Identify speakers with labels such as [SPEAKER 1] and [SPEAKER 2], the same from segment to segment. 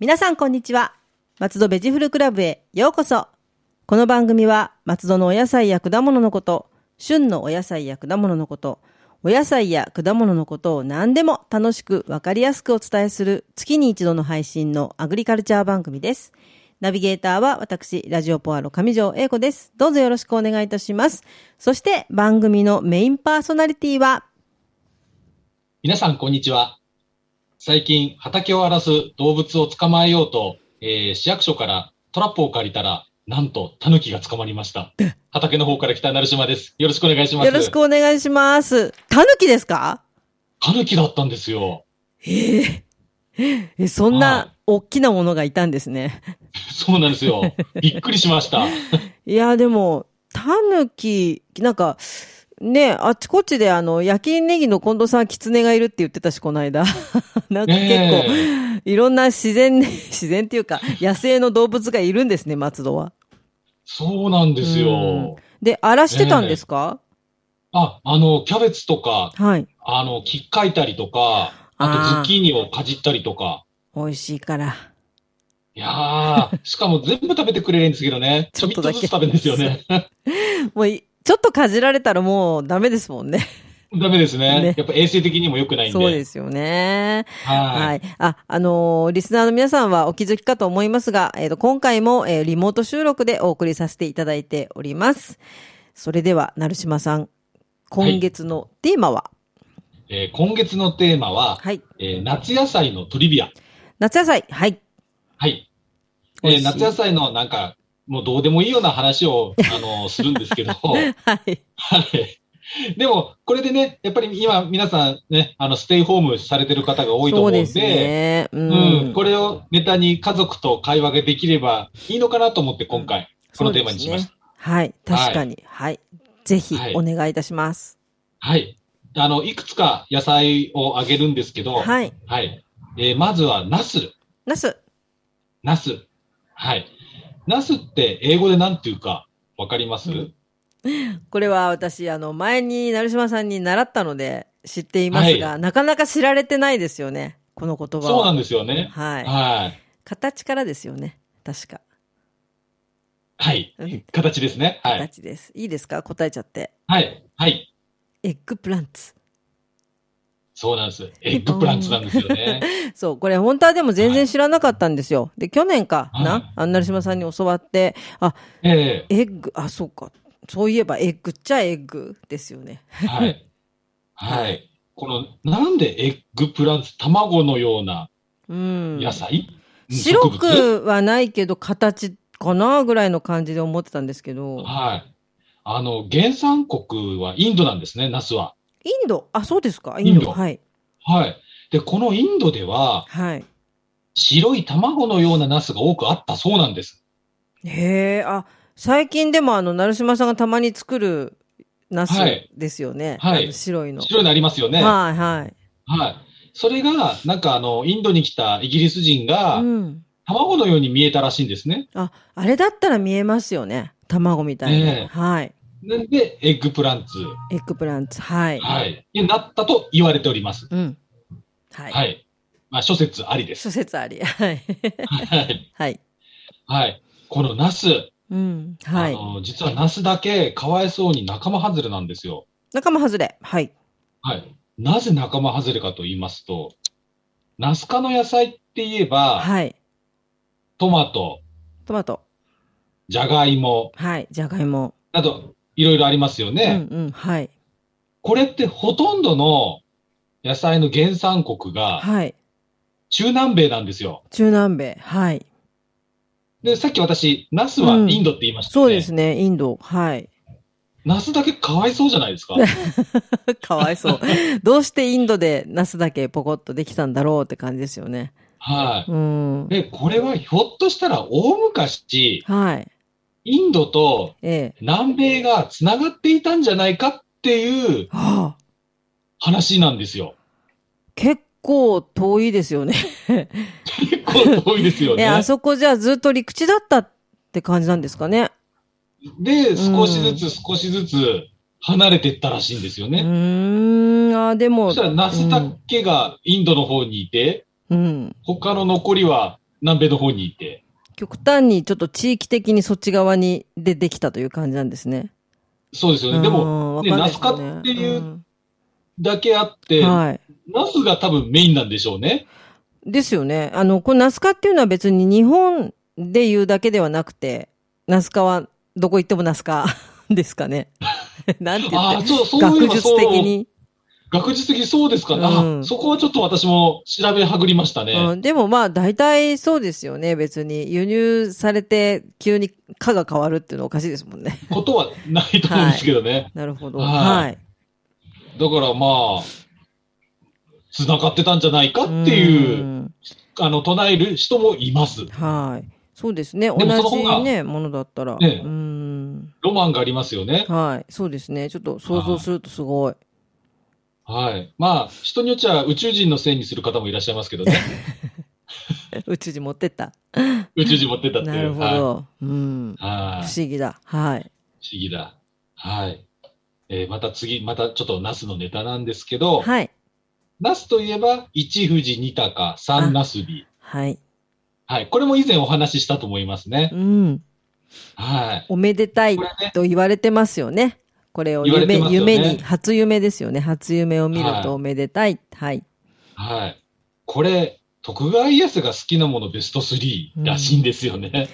[SPEAKER 1] 皆さんこんにちは。松戸ベジフルクラブへようこそ。この番組は松戸のお野菜や果物のこと、旬のお野菜や果物のこと、お野菜や果物のことを何でも楽しくわかりやすくお伝えする月に一度の配信のアグリカルチャー番組です。ナビゲーターは私、ラジオポアロ上条英子です。どうぞよろしくお願いいたします。そして番組のメインパーソナリティは
[SPEAKER 2] 皆さん、こんにちは。最近、畑を荒らす動物を捕まえようと、えー市役所からトラップを借りたら、なんと、タヌキが捕まりました。畑の方から来た成島です。よろしくお願いします。
[SPEAKER 1] よろしくお願いします。タヌキですか
[SPEAKER 2] タヌキだったんですよ。
[SPEAKER 1] えええそん
[SPEAKER 2] はい
[SPEAKER 1] な大きなものがいたんですね。
[SPEAKER 2] そうなんです よ。びっくりしました。
[SPEAKER 1] いや、でも、タヌキ、なんか、ね、あちこちであの、焼きネギの近藤さん、キツネがいるって言ってたし、この間。 なんか結構、
[SPEAKER 2] ねえ
[SPEAKER 1] いろんな自然、 自然っていうか、野生の動物がいるんですね、松戸は。
[SPEAKER 2] そうなんです
[SPEAKER 1] うん
[SPEAKER 2] よ。
[SPEAKER 1] で、荒らしてたんですか、
[SPEAKER 2] あ、あの、キャベツとか、
[SPEAKER 1] はい。
[SPEAKER 2] あの、木かいたりとか、あ
[SPEAKER 1] あ
[SPEAKER 2] とズッ
[SPEAKER 1] ー
[SPEAKER 2] キーニをかじったりとか。
[SPEAKER 1] 美味しいから。
[SPEAKER 2] いやー、しかも全部食べてくれるんですけどね。
[SPEAKER 1] ち
[SPEAKER 2] ち
[SPEAKER 1] ょ
[SPEAKER 2] ょ
[SPEAKER 1] っ
[SPEAKER 2] びっ
[SPEAKER 1] と
[SPEAKER 2] と
[SPEAKER 1] だ
[SPEAKER 2] ず
[SPEAKER 1] け
[SPEAKER 2] つ食べるんですよね。
[SPEAKER 1] もうい、ちょっとかじられたらもうダメですもんね。
[SPEAKER 2] ダメですね。
[SPEAKER 1] ね
[SPEAKER 2] やっぱ衛生的にも良くないんで。
[SPEAKER 1] そうですよね。
[SPEAKER 2] は。
[SPEAKER 1] はいい。あ、あのーリスナーの皆さんはお気づきかと思いますが、えっ、と、今回も、えーリモート収録でお送りさせていただいております。それでは、成島さん、今月のテーマは、
[SPEAKER 2] えー今月のテーマは、
[SPEAKER 1] はい、
[SPEAKER 2] えー夏野菜のトリビア。
[SPEAKER 1] 夏野菜、はい。
[SPEAKER 2] はい。え
[SPEAKER 1] 美味し
[SPEAKER 2] ー
[SPEAKER 1] い
[SPEAKER 2] 夏野菜のなんか、もうどうでもいいような話 を、あの、するんですけど、はい。
[SPEAKER 1] はい。
[SPEAKER 2] でも、これでね、やっぱり今皆さんね、あの、ステイホームされてる方が多いと
[SPEAKER 1] そ
[SPEAKER 2] 思う
[SPEAKER 1] うん
[SPEAKER 2] で、
[SPEAKER 1] ですね。う
[SPEAKER 2] うん、
[SPEAKER 1] ん。
[SPEAKER 2] これをネタに家族と会話ができればいいのかなと思って今回、このテーマにしました。
[SPEAKER 1] そうですね。はい。確かに。はい。ぜひ
[SPEAKER 2] は、い
[SPEAKER 1] お願いいたします。
[SPEAKER 2] はい。あの、いくつか野菜をあげるんですけど、はい。
[SPEAKER 1] はい。
[SPEAKER 2] えーまずは、ナス。
[SPEAKER 1] ナス、
[SPEAKER 2] ナス。はい。ナスって英語で何て言うかわかります、
[SPEAKER 1] うんこれは私、あの、前に成島さんに習ったので知っていますが、なかなか知られてないですよね。この言葉は。
[SPEAKER 2] そうなんですよね。
[SPEAKER 1] はい。
[SPEAKER 2] はい。
[SPEAKER 1] 形からですよね。確か。
[SPEAKER 2] はい。
[SPEAKER 1] うん
[SPEAKER 2] 形ですね。はい。
[SPEAKER 1] 形です。いいですか答えちゃって。
[SPEAKER 2] はい。はい。
[SPEAKER 1] エッグプランツ。
[SPEAKER 2] そうなんです。エッグプランツなんですよ ね。
[SPEAKER 1] そう、これ本当はでも全然知らなかったんですよ。で、去年か
[SPEAKER 2] はい
[SPEAKER 1] な、あんなるしまさんに教わって、あ、
[SPEAKER 2] え
[SPEAKER 1] エッグ、あ、そうか。そういえばエッグっちゃエッグですよね。
[SPEAKER 2] えはい。はい。この、なんでエッグプランツ、卵のような
[SPEAKER 1] うん。
[SPEAKER 2] 野菜、うん
[SPEAKER 1] 白
[SPEAKER 2] 植物
[SPEAKER 1] くはないけど形かなぐらいの感じで思ってたんですけど、
[SPEAKER 2] はい。あの、原産国はインドなんですね、ナスは。
[SPEAKER 1] インド、あ、そうですかインド。
[SPEAKER 2] インド
[SPEAKER 1] はい。
[SPEAKER 2] はい。で、このインドでは、
[SPEAKER 1] はい。
[SPEAKER 2] 白い卵のようなナスが多くあったそうなんです。
[SPEAKER 1] へえ、あ、最近でもあの、成島さんがたまに作るナス
[SPEAKER 2] はい
[SPEAKER 1] ですよね。
[SPEAKER 2] はい
[SPEAKER 1] あの白いの。
[SPEAKER 2] 白いのありますよね。は
[SPEAKER 1] はいはい。
[SPEAKER 2] い。それが、なんかあの、インドに来たイギリス人が
[SPEAKER 1] う、ん。
[SPEAKER 2] 卵のように見えたらしいんですね。
[SPEAKER 1] あ、あれだったら見えますよね。卵みたいな。
[SPEAKER 2] ええ
[SPEAKER 1] はい。
[SPEAKER 2] なんで、エッグプランツ、
[SPEAKER 1] エッグプランツ。はい。
[SPEAKER 2] はい。になったと言われております。
[SPEAKER 1] うん。はい。
[SPEAKER 2] はい。まあ、諸説あり です。
[SPEAKER 1] 諸説あり。はい。
[SPEAKER 2] はい。
[SPEAKER 1] はい。
[SPEAKER 2] はい。このナス、
[SPEAKER 1] うん。は
[SPEAKER 2] あ
[SPEAKER 1] い。
[SPEAKER 2] の、実はナスだけ、かわいそうに仲間外れなんですよ。
[SPEAKER 1] 仲間外れ。はい。
[SPEAKER 2] はい。なぜ仲間外れかと言いますと、ナス科の野菜って言えば、
[SPEAKER 1] はい。
[SPEAKER 2] トマト、
[SPEAKER 1] トマト。
[SPEAKER 2] ジャガイモ
[SPEAKER 1] はい。じゃがいも。
[SPEAKER 2] など、いろいろありますよ
[SPEAKER 1] う
[SPEAKER 2] ね。
[SPEAKER 1] んうん。はい。
[SPEAKER 2] これってほとんどの野菜の原産国が
[SPEAKER 1] はい。
[SPEAKER 2] 中南米なんですよ。
[SPEAKER 1] 中南米。はい。
[SPEAKER 2] で、さっき私、ナスはインドって言いました
[SPEAKER 1] そ
[SPEAKER 2] よ
[SPEAKER 1] う
[SPEAKER 2] ね。
[SPEAKER 1] ですね。インド。はい。
[SPEAKER 2] ナスだけかわいそうじゃないですか。
[SPEAKER 1] かわい そう。どうしてインドでナスだけポコッとできたんだろうって感じですよね。
[SPEAKER 2] は
[SPEAKER 1] うん
[SPEAKER 2] い。。で、これはひょっとしたら大昔、
[SPEAKER 1] はい。
[SPEAKER 2] インドと
[SPEAKER 1] ええ。
[SPEAKER 2] 南米が繋がっていたんじゃないかっていう
[SPEAKER 1] はあ、
[SPEAKER 2] 話なんですよ。
[SPEAKER 1] 結構遠いですよね。
[SPEAKER 2] 結構遠いですよ
[SPEAKER 1] え、
[SPEAKER 2] ね。
[SPEAKER 1] あそこじゃあずっと陸地だったって感じなんですかね。
[SPEAKER 2] で、少しずつ少しずつ離れていったらしいんですよ
[SPEAKER 1] う
[SPEAKER 2] ね。
[SPEAKER 1] ーん、ああ、でも
[SPEAKER 2] そし、たらナスだけがインドの方にいて、
[SPEAKER 1] うん。
[SPEAKER 2] 他の残りは南米の方にいて。
[SPEAKER 1] 極端にちょっと地域的にそっち側に出てきたという感じなんですね。
[SPEAKER 2] そうですよね。でも、
[SPEAKER 1] も
[SPEAKER 2] ねナス科っていうだけあって、
[SPEAKER 1] はい。
[SPEAKER 2] ナスが多分メインなんでしょうね。
[SPEAKER 1] ですよね。あの、このナスカっていうのは別に日本で言うだけではなくて、ナスカはどこ行ってもナスカですかね。 なんて言
[SPEAKER 2] あ
[SPEAKER 1] っ
[SPEAKER 2] あ、
[SPEAKER 1] て。
[SPEAKER 2] そう、そうい
[SPEAKER 1] 学
[SPEAKER 2] えば
[SPEAKER 1] 術
[SPEAKER 2] そう。
[SPEAKER 1] 的に、
[SPEAKER 2] 学術的にそうですかね。
[SPEAKER 1] う
[SPEAKER 2] あ、
[SPEAKER 1] ん
[SPEAKER 2] そこはちょっと私も調べはぐりましたね。
[SPEAKER 1] うん。でもまあ大体そうですよね。別に輸入されて急に価が変わるっていうのはおかしいですもんね。
[SPEAKER 2] ことはないと思うんですけどね。
[SPEAKER 1] なるほど。
[SPEAKER 2] はい
[SPEAKER 1] はい。
[SPEAKER 2] だからまあ、繋がってたんじゃないかっていう、
[SPEAKER 1] ん
[SPEAKER 2] あの、唱える人もいます。
[SPEAKER 1] はい。そうですね。同
[SPEAKER 2] もその方が
[SPEAKER 1] じね、ものだったら。
[SPEAKER 2] ね
[SPEAKER 1] うん。
[SPEAKER 2] ロマンがありますよね。
[SPEAKER 1] はい。そうですね。ちょっと想像するとすごい。
[SPEAKER 2] はい。まあ、人によっちゃ宇宙人のせいにする方もいらっしゃいますけどね。
[SPEAKER 1] 宇宙人持ってった。
[SPEAKER 2] 宇宙人持ってったっていう。
[SPEAKER 1] なるほ
[SPEAKER 2] はい。
[SPEAKER 1] ど。うん。
[SPEAKER 2] はい
[SPEAKER 1] 不思議だ。はい。
[SPEAKER 2] 不思議だ。はい。えーまた次、またちょっとナスのネタなんですけど、
[SPEAKER 1] はい。
[SPEAKER 2] ナスといえば、一富士二鷹三ナスビ。
[SPEAKER 1] はい。
[SPEAKER 2] はい。これも以前お話ししたと思いますね
[SPEAKER 1] う。ん。
[SPEAKER 2] はい。
[SPEAKER 1] おめでたい
[SPEAKER 2] これね、
[SPEAKER 1] と言われてますよね。これを
[SPEAKER 2] 言われて
[SPEAKER 1] 夢,、
[SPEAKER 2] ますよね
[SPEAKER 1] 夢に、初夢ですよね。初夢を見る
[SPEAKER 2] はい
[SPEAKER 1] とおめでたい。はい。
[SPEAKER 2] はい。これ、徳川家康が好きなものベスト3らしいんですよね。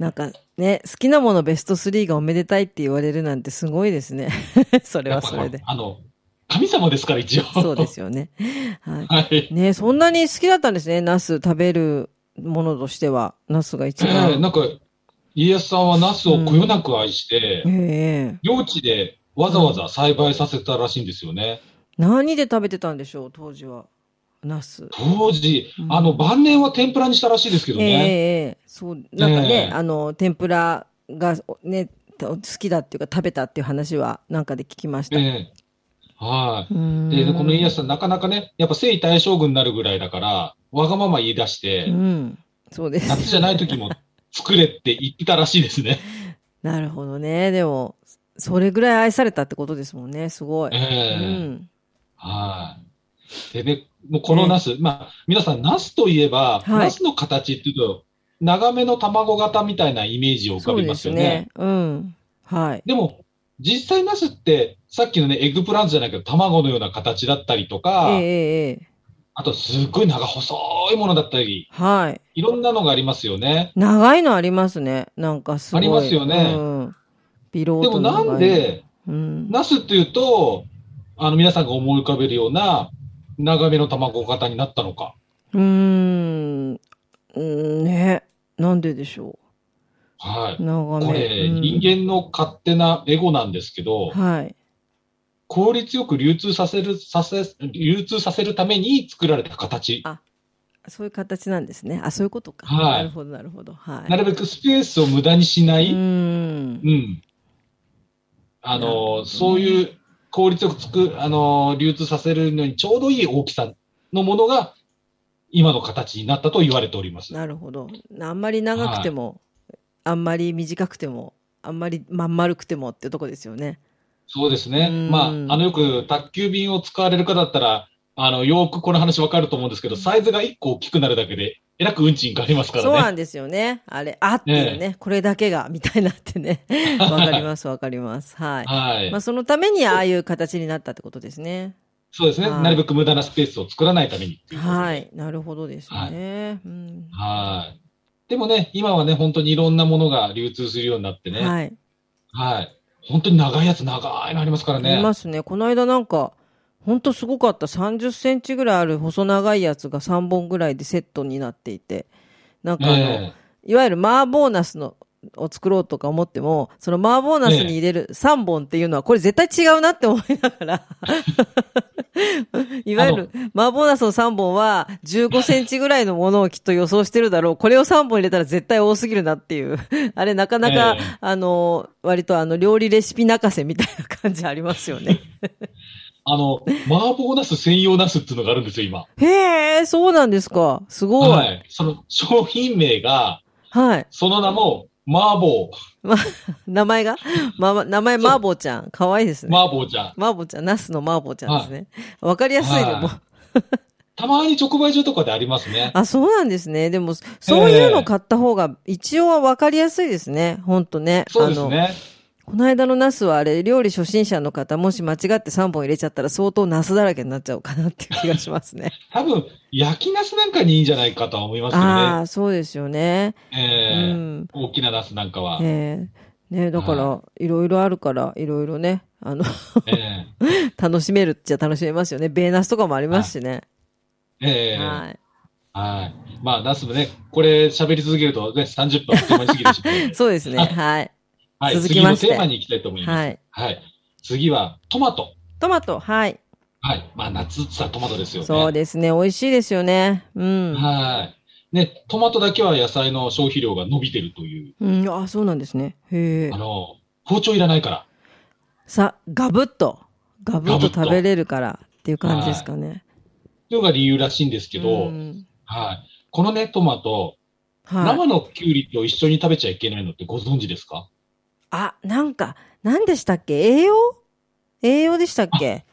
[SPEAKER 1] なんかね、好きなものベスト3がおめでたいって言われるなんてすごいですね。 それ
[SPEAKER 2] やっ
[SPEAKER 1] は
[SPEAKER 2] ぱ
[SPEAKER 1] それで。
[SPEAKER 2] あの、神様ですから一応。
[SPEAKER 1] そうで。すよね。は い。
[SPEAKER 2] はい。
[SPEAKER 1] ねそんなに好きだったんですね。ナス食べるものとしては。ナスが一
[SPEAKER 2] えー
[SPEAKER 1] 番。
[SPEAKER 2] なんか、家康さんはナスをこよなく愛して、
[SPEAKER 1] ええ
[SPEAKER 2] 領地でわざわざ栽培させたらしいんですよね。
[SPEAKER 1] 何で食べてたんでしょう、当時は。ナス。
[SPEAKER 2] 当時
[SPEAKER 1] う、ん
[SPEAKER 2] あの、晩年は天ぷらにしたらしいですけど
[SPEAKER 1] ええ
[SPEAKER 2] ね。
[SPEAKER 1] ええそう、なんかね、
[SPEAKER 2] ええ
[SPEAKER 1] あの、天ぷらがね、好きだっていうか食べたっていう話はなんかで聞きまし
[SPEAKER 2] え
[SPEAKER 1] た。
[SPEAKER 2] えは
[SPEAKER 1] うーん
[SPEAKER 2] い。で、この家康さん、なかなかね、やっぱ征夷大将軍になるぐらいだから、わがまま言い出して、
[SPEAKER 1] うん。そうです。
[SPEAKER 2] 夏じゃない時も作れって言ってたらしい ですね。
[SPEAKER 1] なるほどね。でも、それぐらい愛されたってことですもんね。すごい。
[SPEAKER 2] ええ
[SPEAKER 1] うん。
[SPEAKER 2] はい。でね、もうこのナス、まあ、皆さん、ナスといえば、
[SPEAKER 1] はい
[SPEAKER 2] ナスの形っていうと、長めの卵型みたいなイメージを浮か
[SPEAKER 1] そう
[SPEAKER 2] び
[SPEAKER 1] で
[SPEAKER 2] ます
[SPEAKER 1] す
[SPEAKER 2] よね。
[SPEAKER 1] ね。うん。はい。
[SPEAKER 2] でも、実際ナスって、さっきのね、エッグプランツじゃないけど、卵のような形だったりと
[SPEAKER 1] え
[SPEAKER 2] か、
[SPEAKER 1] えええええ
[SPEAKER 2] あと、すっごい長細いものだったり、
[SPEAKER 1] はい。
[SPEAKER 2] いろんなのがありますよね。
[SPEAKER 1] 長いのありますね。なんかすごい。
[SPEAKER 2] ありますよね
[SPEAKER 1] うん。ビロー
[SPEAKER 2] でも
[SPEAKER 1] ドの
[SPEAKER 2] な
[SPEAKER 1] 長
[SPEAKER 2] ん
[SPEAKER 1] い、
[SPEAKER 2] で、
[SPEAKER 1] うん、
[SPEAKER 2] ナスっていうと、あの、皆さんが思い浮かべるような、長めの卵型になったのか。
[SPEAKER 1] うーん、うーんね。なんででしょ
[SPEAKER 2] は
[SPEAKER 1] う。長
[SPEAKER 2] い。
[SPEAKER 1] め。
[SPEAKER 2] これ、
[SPEAKER 1] うん
[SPEAKER 2] 人間の勝手なエゴなんですけど、
[SPEAKER 1] はい。
[SPEAKER 2] 効率よく流通させる、させ、流通させるために作られた形。
[SPEAKER 1] あそういう形なんですね。あ、そういうことか。
[SPEAKER 2] はい
[SPEAKER 1] なるほど、なるほど。はい。
[SPEAKER 2] なるべくスペースを無駄にしな
[SPEAKER 1] う
[SPEAKER 2] い、
[SPEAKER 1] ーん。
[SPEAKER 2] うん。あ
[SPEAKER 1] なるほ
[SPEAKER 2] の、
[SPEAKER 1] ど
[SPEAKER 2] そういう効率よくつく、あの、流通させるのにちょうどいい大きさのものが、今の形になったと言われております。
[SPEAKER 1] なるほど。あんまり長くても、あんまり短くても、あんまりまん丸くてもってとこですよね。
[SPEAKER 2] そうですね
[SPEAKER 1] う。ん
[SPEAKER 2] まあ、あの、よく宅急便を使われる方だったら、あの、よくこの話わかると思うんですけど、サイズが1個大きくなるだけで、えらく運賃変わりますからね。
[SPEAKER 1] そうなんですよね。あれ、あっていうね、これだけが、みたいなっ てね。わかります、わかります。はい。
[SPEAKER 2] はい。
[SPEAKER 1] まあ、そのためにああいう形になったってことですね。
[SPEAKER 2] そうですね。
[SPEAKER 1] はい
[SPEAKER 2] なるべく無駄なスペースを作らないためにっていうことで
[SPEAKER 1] はい。なるほどですね。うん
[SPEAKER 2] はい。でもね、今はね、本当にいろんなものが流通するようになってね。はい。
[SPEAKER 1] はい。
[SPEAKER 2] 本当に長いやつ、長いのありますから
[SPEAKER 1] あ
[SPEAKER 2] ね。
[SPEAKER 1] りますね。この間なんか、ほんとすごかった。30センチぐらいある細長いやつが3本ぐらいでセットになっていて。なんかあの、
[SPEAKER 2] え
[SPEAKER 1] いわゆるマーボーナスの、を作ろうとか思っても、そのマーボーナスに入れる3本っていうのは、これ絶対違うなって思いな がら。いわゆる、マーボーナスの3本は、15センチぐらいのものをきっと予想してるだろう。これを3本入れたら絶対多すぎるなっていう。 あれ、なかなか、
[SPEAKER 2] ええ
[SPEAKER 1] あの、割とあの、料理レシピ泣かせみたいな感じありますよね。
[SPEAKER 2] あの、麻婆ナス専用ナスっていうのがあるんですよ、今。
[SPEAKER 1] へえ、そうなんですか。すごい。
[SPEAKER 2] はい。その商品名が、
[SPEAKER 1] はい。
[SPEAKER 2] その名も、麻婆、
[SPEAKER 1] 名前が、まま、名前、
[SPEAKER 2] そう
[SPEAKER 1] 麻婆ちゃん。可愛いですね。
[SPEAKER 2] 麻婆ちゃん。
[SPEAKER 1] 麻婆ちゃん、ナスの麻婆ちゃんですね。わかりやすいのも。
[SPEAKER 2] たまに直売所とかでありますね。
[SPEAKER 1] あ、そうなんですね。でも、そういうの買った方が、一応はわかりやすいですね。ほんとね。
[SPEAKER 2] そうです
[SPEAKER 1] あの、
[SPEAKER 2] ね。
[SPEAKER 1] この間のナスはあれ、料理初心者の方、もし間違って3本入れちゃったら相当ナスだらけになっちゃうかなっていう気がしま すね。
[SPEAKER 2] 多分、焼きナスなんかにいいんじゃないかとは思います
[SPEAKER 1] あ
[SPEAKER 2] よ
[SPEAKER 1] あ、そうですよね。
[SPEAKER 2] ね。えー
[SPEAKER 1] うん。
[SPEAKER 2] 大きなナスなんかは。
[SPEAKER 1] ええねだから、いろいろあるから、いろいろね、あの、
[SPEAKER 2] え
[SPEAKER 1] 楽しめるっちゃ楽しめますよね。ベーナスとかもありますしね。
[SPEAKER 2] ーえー
[SPEAKER 1] は
[SPEAKER 2] はい。まあ、ナスもね、これ喋り続けるとね、30分あっという間に過ぎてしまうの
[SPEAKER 1] い。
[SPEAKER 2] で。
[SPEAKER 1] そうですね。はい。
[SPEAKER 2] はい。
[SPEAKER 1] 続き
[SPEAKER 2] 次
[SPEAKER 1] ま
[SPEAKER 2] の
[SPEAKER 1] して
[SPEAKER 2] テーマに行きたいと思います。
[SPEAKER 1] はい。
[SPEAKER 2] はい。次は、トマト。
[SPEAKER 1] トマト、はい。
[SPEAKER 2] はい。まあ、夏ってさ、トマトですよね。
[SPEAKER 1] そうですね。美味しいですよね。うん。
[SPEAKER 2] はい。ね、トマトだけは野菜の消費量が伸びてるという。
[SPEAKER 1] うん、あ、そうなんですね。へえ
[SPEAKER 2] あ。の、包丁いらないから。
[SPEAKER 1] さ、ガブッと、ガブッと
[SPEAKER 2] ガブッと
[SPEAKER 1] 食べれるからっていう感じですかね。
[SPEAKER 2] というのが理由らしいんですけど、
[SPEAKER 1] うん
[SPEAKER 2] はい。このね、トマト、
[SPEAKER 1] はい。
[SPEAKER 2] 生のきゅうりと一緒に食べちゃいけないのってご存知ですか
[SPEAKER 1] あ、なんか、何でしたっけ栄養栄養でしたっけ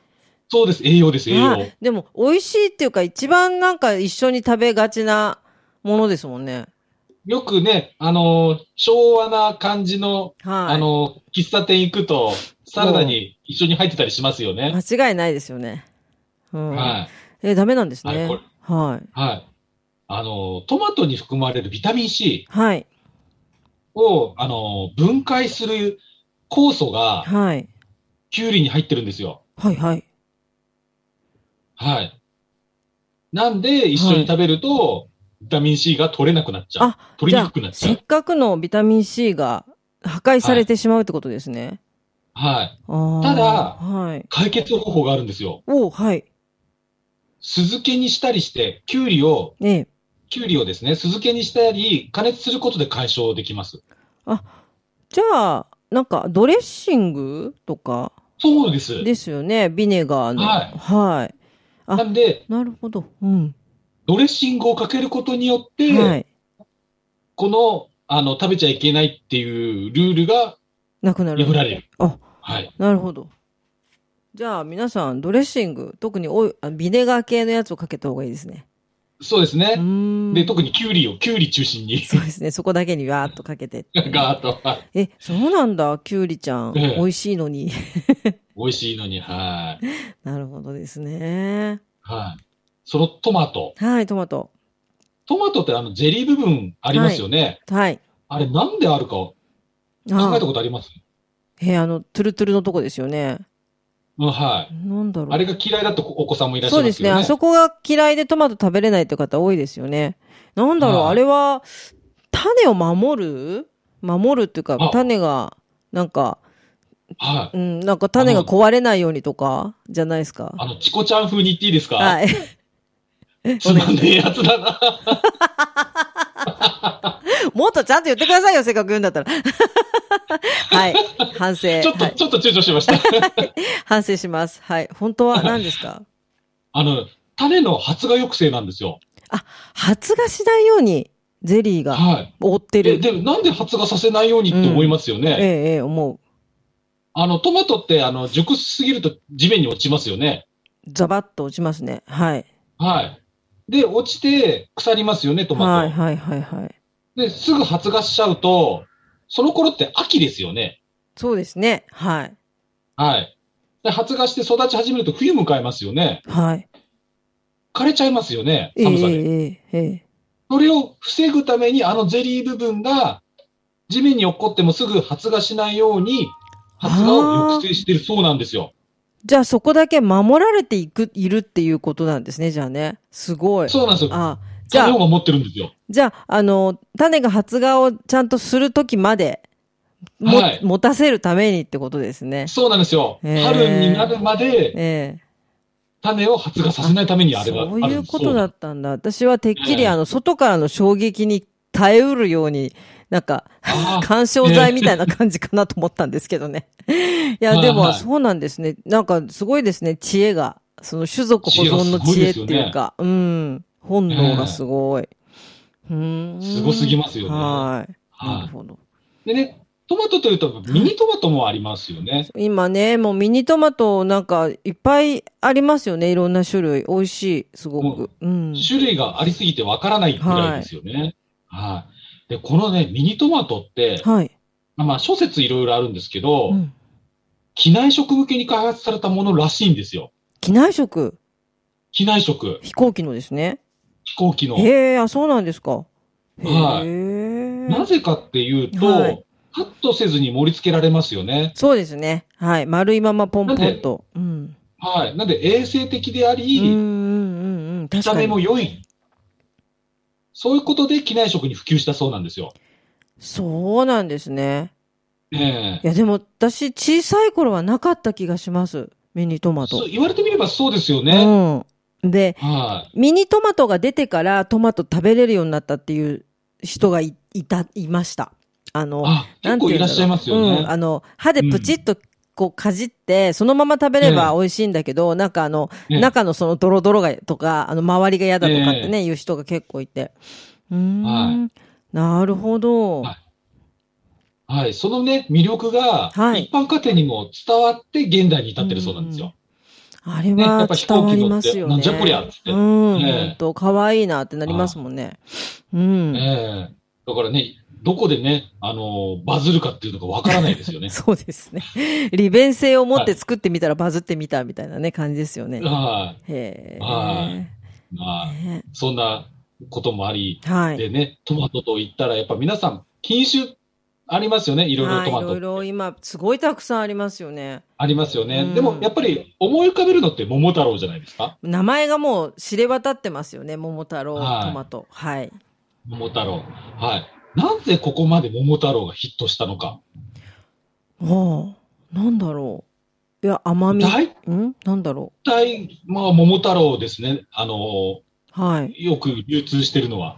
[SPEAKER 2] そうです。栄養です、栄養。
[SPEAKER 1] はい。でも、美味しいっていうか、一番なんか一緒に食べがちなものですもんね。
[SPEAKER 2] よくね、あの、昭和な感じの、
[SPEAKER 1] はい。
[SPEAKER 2] あの、喫茶店行くと、サラダに一緒に入ってたりしますよね。
[SPEAKER 1] 間違いないですよね。うん。
[SPEAKER 2] はい。
[SPEAKER 1] え、ダメなんです
[SPEAKER 2] はい
[SPEAKER 1] ね
[SPEAKER 2] これ。
[SPEAKER 1] はい。
[SPEAKER 2] はい。あの、トマトに含まれるビタミン C
[SPEAKER 1] はい。
[SPEAKER 2] を、あの、分解する酵素が、
[SPEAKER 1] はい。
[SPEAKER 2] キュウリに入ってるんですよ。
[SPEAKER 1] はい、はい。
[SPEAKER 2] はい。なんで、一緒に食べると、ビタミン C が取れなくなっちゃう。
[SPEAKER 1] あ
[SPEAKER 2] 取りにくくなっち
[SPEAKER 1] せ
[SPEAKER 2] ゃ
[SPEAKER 1] っ
[SPEAKER 2] う。
[SPEAKER 1] かくのビタミン C が破壊されてしまうってことですね。
[SPEAKER 2] はい。
[SPEAKER 1] あー
[SPEAKER 2] ただ
[SPEAKER 1] はい。
[SPEAKER 2] 解決方法があるんですよ。
[SPEAKER 1] おうはい。
[SPEAKER 2] 酢漬けにしたりして、キュウリを、
[SPEAKER 1] ええ。
[SPEAKER 2] キュウリをですね、酢漬けにしたり、加熱することで解消できます。
[SPEAKER 1] じゃあ、なんか、ドレッシングとか
[SPEAKER 2] そうです。
[SPEAKER 1] ですよね。ビネガーの。
[SPEAKER 2] はい
[SPEAKER 1] はい。あ
[SPEAKER 2] なんで、
[SPEAKER 1] なるほど。うん。
[SPEAKER 2] ドレッシングをかけることによって、
[SPEAKER 1] はい。
[SPEAKER 2] この、あの、食べちゃいけないっていうルールが
[SPEAKER 1] なくなる
[SPEAKER 2] 破。られる。
[SPEAKER 1] あ、
[SPEAKER 2] はい。
[SPEAKER 1] なるほど。じゃあ、皆さん、ドレッシング、特においあビネガー系のやつをかけた方がいいですね。
[SPEAKER 2] そうです
[SPEAKER 1] う
[SPEAKER 2] ね。
[SPEAKER 1] ーん。、
[SPEAKER 2] で、特にキュウリを、キュウリ中心に
[SPEAKER 1] そうですね。そこだけにわーっとかけてっていう。
[SPEAKER 2] ガーッと、はい
[SPEAKER 1] え、そうなんだ。きゅうりちゃん。
[SPEAKER 2] ええ
[SPEAKER 1] 美味しいのに。
[SPEAKER 2] 美味しいのに、はい。
[SPEAKER 1] なるほどですね。
[SPEAKER 2] はい。そのトマト。
[SPEAKER 1] はい、トマト。
[SPEAKER 2] トマトってあの、ゼリー部分ありますよね。
[SPEAKER 1] はい。
[SPEAKER 2] あれ、なんであるか考
[SPEAKER 1] あ
[SPEAKER 2] えたことあります
[SPEAKER 1] え、あの、トゥルトゥルのとこですよね。
[SPEAKER 2] うん、はい。
[SPEAKER 1] なんだろう。
[SPEAKER 2] あれが嫌いだってお子さんもいらっし
[SPEAKER 1] そ
[SPEAKER 2] ゃ
[SPEAKER 1] う
[SPEAKER 2] いま
[SPEAKER 1] ですす
[SPEAKER 2] よ
[SPEAKER 1] ね。
[SPEAKER 2] ね。
[SPEAKER 1] あそこが嫌いでトマト食べれないって方多いですよね。なんだろう、
[SPEAKER 2] はい
[SPEAKER 1] あれは、種を守る守るっていうか
[SPEAKER 2] あ、
[SPEAKER 1] 種が、なんか、
[SPEAKER 2] はい。
[SPEAKER 1] うん、なんか種が壊れないようにとか、じゃないですか。
[SPEAKER 2] あの、チコちゃん風に言っていいですか
[SPEAKER 1] はい。
[SPEAKER 2] つまんねえやつだな。
[SPEAKER 1] もっとちゃんと言ってくださいよ、せっかく言うんだったら。 はい。反省。
[SPEAKER 2] ちょっと、
[SPEAKER 1] はい
[SPEAKER 2] ちょっと躊躇しま した。
[SPEAKER 1] 反省します。はい。本当は何ですか
[SPEAKER 2] あの、種の発芽抑制なんですよ。
[SPEAKER 1] 発芽しないようにゼリーが
[SPEAKER 2] はい。
[SPEAKER 1] 覆って
[SPEAKER 2] で、
[SPEAKER 1] る。
[SPEAKER 2] でもなんで発芽させないようにって思いますよね。
[SPEAKER 1] ええ、ええ、思う。
[SPEAKER 2] あの、トマトって、あの、熟すぎると地面に落ちますよね。
[SPEAKER 1] ザバッと落ちますね。はい。
[SPEAKER 2] はい。で、落ちて腐りますよね、トマト。
[SPEAKER 1] はい、はい、はい、はい。
[SPEAKER 2] で、すぐ発芽しちゃうと、その頃って秋ですよね。
[SPEAKER 1] そうですね。はい。
[SPEAKER 2] はい。で、発芽して育ち始めると冬迎えますよね。
[SPEAKER 1] はい。
[SPEAKER 2] 枯れちゃいますよね、
[SPEAKER 1] ええ、
[SPEAKER 2] 寒さで。
[SPEAKER 1] ええ、ええ。
[SPEAKER 2] それを防ぐために、あのゼリー部分が地面に落っこってもすぐ発芽しないように、発芽を抑制してるそうなんですよ。
[SPEAKER 1] じゃあそこだけ守られていく、いるっていうことなんですね、じゃあね。すごい。
[SPEAKER 2] そうなんですよ。
[SPEAKER 1] あ、じゃあ
[SPEAKER 2] 種を、守ってるんですよ。
[SPEAKER 1] じゃあ、あの、種が発芽をちゃんとするときまで、も、
[SPEAKER 2] はい
[SPEAKER 1] 持たせるためにってことですね。
[SPEAKER 2] そうなんですよ。
[SPEAKER 1] へー
[SPEAKER 2] 春になるまで
[SPEAKER 1] え
[SPEAKER 2] 種を発芽させないため
[SPEAKER 1] え
[SPEAKER 2] にあれがある
[SPEAKER 1] そ
[SPEAKER 2] ん
[SPEAKER 1] う
[SPEAKER 2] です
[SPEAKER 1] いうことだったんだ。私はてっき
[SPEAKER 2] え
[SPEAKER 1] り
[SPEAKER 2] え
[SPEAKER 1] あの、外からの衝撃に耐えうるように、なんか、
[SPEAKER 2] あー
[SPEAKER 1] 干渉剤みたいな感じかなと思ったんですけどね。いや、
[SPEAKER 2] はい
[SPEAKER 1] でも
[SPEAKER 2] はい
[SPEAKER 1] そうなんですね。なんかすごいですね、知恵が。その種族保存の知恵っていうか、うん。本能がすごい。うーん。
[SPEAKER 2] すごすぎますよね
[SPEAKER 1] はい。なる
[SPEAKER 2] はい。
[SPEAKER 1] ほど。
[SPEAKER 2] でね、トマトというと、ミニトマトもありますよね。
[SPEAKER 1] 今ね、もうミニトマトなんかいっぱいありますよね。いろんな種類。美味しい。すごく。うん。
[SPEAKER 2] 種類がありすぎてわからないぐらいですよね。はい。で、このね、ミニトマトって、
[SPEAKER 1] はい。
[SPEAKER 2] まあ諸説いろいろあるんですけど、
[SPEAKER 1] うん
[SPEAKER 2] 機内食向けに開発されたものらしいんですよ。
[SPEAKER 1] 機内食、
[SPEAKER 2] 機内食、
[SPEAKER 1] 飛行機のですね。
[SPEAKER 2] 飛行機の。
[SPEAKER 1] へえ、あ、そうなんですか。へ
[SPEAKER 2] はい
[SPEAKER 1] え。
[SPEAKER 2] なぜかっていうと、
[SPEAKER 1] はい
[SPEAKER 2] カットせずに盛り付けられますよね。
[SPEAKER 1] そうですね。はい。丸いままポンポンと。うん。
[SPEAKER 2] はい。なんで衛生的であ
[SPEAKER 1] うんう
[SPEAKER 2] り、
[SPEAKER 1] んうんうん。
[SPEAKER 2] 見
[SPEAKER 1] 確
[SPEAKER 2] た
[SPEAKER 1] か
[SPEAKER 2] 目も
[SPEAKER 1] に。
[SPEAKER 2] 良い。そういうことで機内食に普及したそうなんですよ。
[SPEAKER 1] そうなんですね。
[SPEAKER 2] ええ
[SPEAKER 1] いや、でも私、小さい頃はなかった気がします。ミニトマト
[SPEAKER 2] そ。う言われてみればそうですよね。
[SPEAKER 1] うん。で、
[SPEAKER 2] はい。
[SPEAKER 1] ミニトマトが出てからトマト食べれるようになったっていう人がいいた、いました。あの、
[SPEAKER 2] あ、結
[SPEAKER 1] なんて
[SPEAKER 2] 構
[SPEAKER 1] 言
[SPEAKER 2] いうら
[SPEAKER 1] んだろう
[SPEAKER 2] っしゃいますよね。
[SPEAKER 1] うん、あの、歯でプチッとこうかじって、そのまま食べれば美味しいんだけど、なんかあの、
[SPEAKER 2] ええ
[SPEAKER 1] 中のそのドロドロが、とか、あの、周りが嫌だとかってね、いう人が結構いて。うーん。
[SPEAKER 2] は
[SPEAKER 1] なるほど。
[SPEAKER 2] はいはい。そのね、魅力が、
[SPEAKER 1] はい
[SPEAKER 2] 一般家庭にも伝わって現代に至ってるそうなんですよ。
[SPEAKER 1] あれ
[SPEAKER 2] ねや
[SPEAKER 1] は
[SPEAKER 2] っぱ飛
[SPEAKER 1] 伝
[SPEAKER 2] 行
[SPEAKER 1] わ
[SPEAKER 2] 機
[SPEAKER 1] り
[SPEAKER 2] 乗
[SPEAKER 1] ま
[SPEAKER 2] っ
[SPEAKER 1] す
[SPEAKER 2] て、
[SPEAKER 1] よね。
[SPEAKER 2] なんじゃこりゃっつって。
[SPEAKER 1] う
[SPEAKER 2] え
[SPEAKER 1] ん、
[SPEAKER 2] ええ
[SPEAKER 1] ほんと、可愛いなってなりますもんね。うん。
[SPEAKER 2] えだからね、どこでね、あのーバズるかっていうのがわからないですよね。
[SPEAKER 1] そうですね。利便性を持って作ってみたらバズってみたみたいなね、感じですよね。
[SPEAKER 2] は
[SPEAKER 1] へえ。
[SPEAKER 2] ははい。まあ、
[SPEAKER 1] ね
[SPEAKER 2] そんなこともあり、
[SPEAKER 1] はい。
[SPEAKER 2] でね、トマトと言ったら、やっぱ皆さん、品種ありますよね。いろいろトマ
[SPEAKER 1] はい、いろい
[SPEAKER 2] ト。
[SPEAKER 1] ろ今、すごいたくさんありますよね。
[SPEAKER 2] ありますよね。
[SPEAKER 1] うん
[SPEAKER 2] でも、やっぱり思い浮かべるのって桃太郎じゃないですか。
[SPEAKER 1] 名前がもう知れ渡ってますよね。桃太郎、
[SPEAKER 2] はい
[SPEAKER 1] トマト。はい。
[SPEAKER 2] 桃太郎。はい。なぜここまで桃太郎がヒットしたのか。
[SPEAKER 1] ああ、なんだろう。いや、甘み。
[SPEAKER 2] 大
[SPEAKER 1] んなんだろ
[SPEAKER 2] 体、まあ、桃太郎ですね。あの
[SPEAKER 1] う。はい。
[SPEAKER 2] ーよく流通してるのは。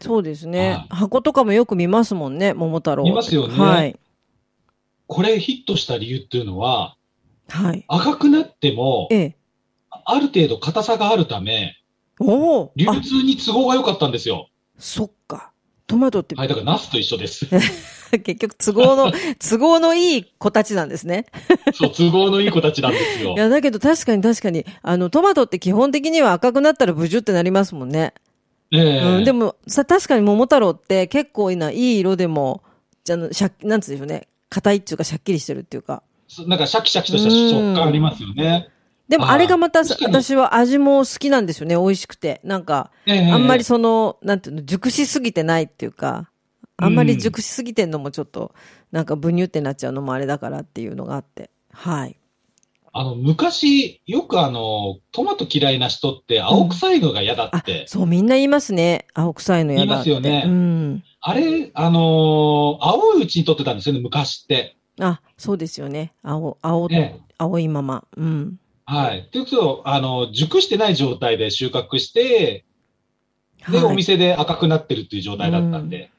[SPEAKER 1] そうですね。
[SPEAKER 2] はい
[SPEAKER 1] 箱とかもよく見ますもんね、桃太郎。
[SPEAKER 2] 見ますよね
[SPEAKER 1] はい。
[SPEAKER 2] これヒットした理由っていうのは、
[SPEAKER 1] はい。
[SPEAKER 2] 赤くなっても
[SPEAKER 1] え、え。
[SPEAKER 2] ある程度硬さがあるため、
[SPEAKER 1] おお
[SPEAKER 2] 流
[SPEAKER 1] あ、
[SPEAKER 2] 通に都合が良かったんですよ。
[SPEAKER 1] そっか。トマトって、
[SPEAKER 2] はい、だからナスと一緒です。
[SPEAKER 1] 結局都 合の、都合のいい子たちなんですね。
[SPEAKER 2] そう、都合のいい子たちなんですよ
[SPEAKER 1] い。や、だけど確かに確かに、あの、トマトって基本的には赤くなったらブジュってなりますもんね。
[SPEAKER 2] ええ
[SPEAKER 1] うん、でも、さ、確かに桃太郎って結構いいな、いい色でも、じゃあ、しゃ、なんつうんでしょうね。硬いっていうか、シャッキリしてるっていうか。
[SPEAKER 2] そうなんかシャキシャキとした食感ありますよね。
[SPEAKER 1] でも、
[SPEAKER 2] はい
[SPEAKER 1] あれがまた、
[SPEAKER 2] 確かに
[SPEAKER 1] 私は味も好きなんですよね。美味しくて。なんか、
[SPEAKER 2] ええ
[SPEAKER 1] あんまりその、なんていうの、熟しすぎてないっていうか、あんまり熟しすぎてんのもちょっと、なんかブニュってなっちゃうのもあれだからっていうのがあって。はい。
[SPEAKER 2] あの、昔、よくあの、トマト嫌いな人って青臭いのが嫌だ
[SPEAKER 1] あ
[SPEAKER 2] って、、
[SPEAKER 1] そう、みんな言いますね。青臭いのやだって。
[SPEAKER 2] 言いますよね
[SPEAKER 1] うん。
[SPEAKER 2] あれ、あのー青いうちに撮ってたんですよね、昔って。
[SPEAKER 1] あ、そうですよね。青、青、
[SPEAKER 2] ね。
[SPEAKER 1] 青いまま。うん。
[SPEAKER 2] はい。っていうと、あの、熟してない状態で収穫して、で、
[SPEAKER 1] はい
[SPEAKER 2] お店で赤くなってるっていう状態だったんで。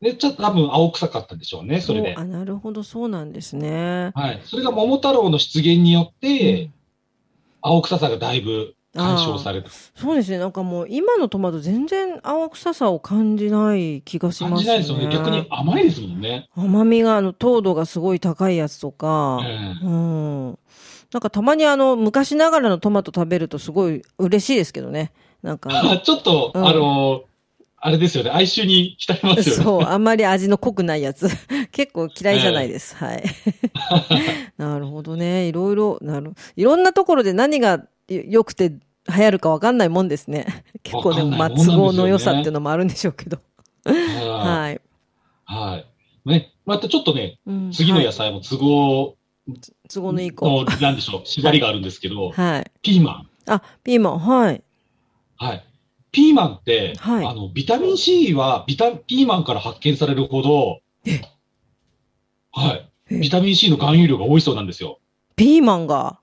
[SPEAKER 2] で、ちょっと多分青臭かったんでしょうね、それで
[SPEAKER 1] う。あ、なるほど、そうなんですね。
[SPEAKER 2] はい。それが桃太郎の出現によって、
[SPEAKER 1] うん
[SPEAKER 2] 青臭さがだいぶ解消された。
[SPEAKER 1] そうですね。なんかもう、今のトマト全然青臭さを感じない気がし
[SPEAKER 2] 感
[SPEAKER 1] ますね。
[SPEAKER 2] じないですよね。逆に甘いですもんね。
[SPEAKER 1] 甘みが、あの、糖度がすごい高いやつと
[SPEAKER 2] え
[SPEAKER 1] か、
[SPEAKER 2] え
[SPEAKER 1] うん。なんかたまにあの、昔ながらのトマト食べるとすごい嬉しいですけどね。なんか、
[SPEAKER 2] あ ちょっと、
[SPEAKER 1] うん
[SPEAKER 2] あのあれですよね。哀愁に浸りますよね。
[SPEAKER 1] そう、あんまり味の濃くないやつ。 結構嫌いじゃないです。はい。 なるほどね。いろいろ、なる、いろんなところで何が良くて流行るかわかんないもんですね。 結構でも、まあ、
[SPEAKER 2] わかんないもんなんです
[SPEAKER 1] 都
[SPEAKER 2] よね
[SPEAKER 1] 合の良さっていうのもあるんでしょうけど。
[SPEAKER 2] は
[SPEAKER 1] はい。
[SPEAKER 2] い。はい。ね。またちょっとね、
[SPEAKER 1] うん
[SPEAKER 2] 次の
[SPEAKER 1] はい
[SPEAKER 2] 野菜も都合
[SPEAKER 1] 都合のいい子。
[SPEAKER 2] の、なんでしょう、縛りがあるんですけど、
[SPEAKER 1] はい。
[SPEAKER 2] ピーマン。
[SPEAKER 1] あ、ピーマン、はい。
[SPEAKER 2] はい。ピーマンって、
[SPEAKER 1] はい
[SPEAKER 2] あの、ビタミン C はビタ、ピーマンから発見されるほど、はい。
[SPEAKER 1] え
[SPEAKER 2] ビタミン C の含有量が多いそうなんですよ。
[SPEAKER 1] ピーマンが、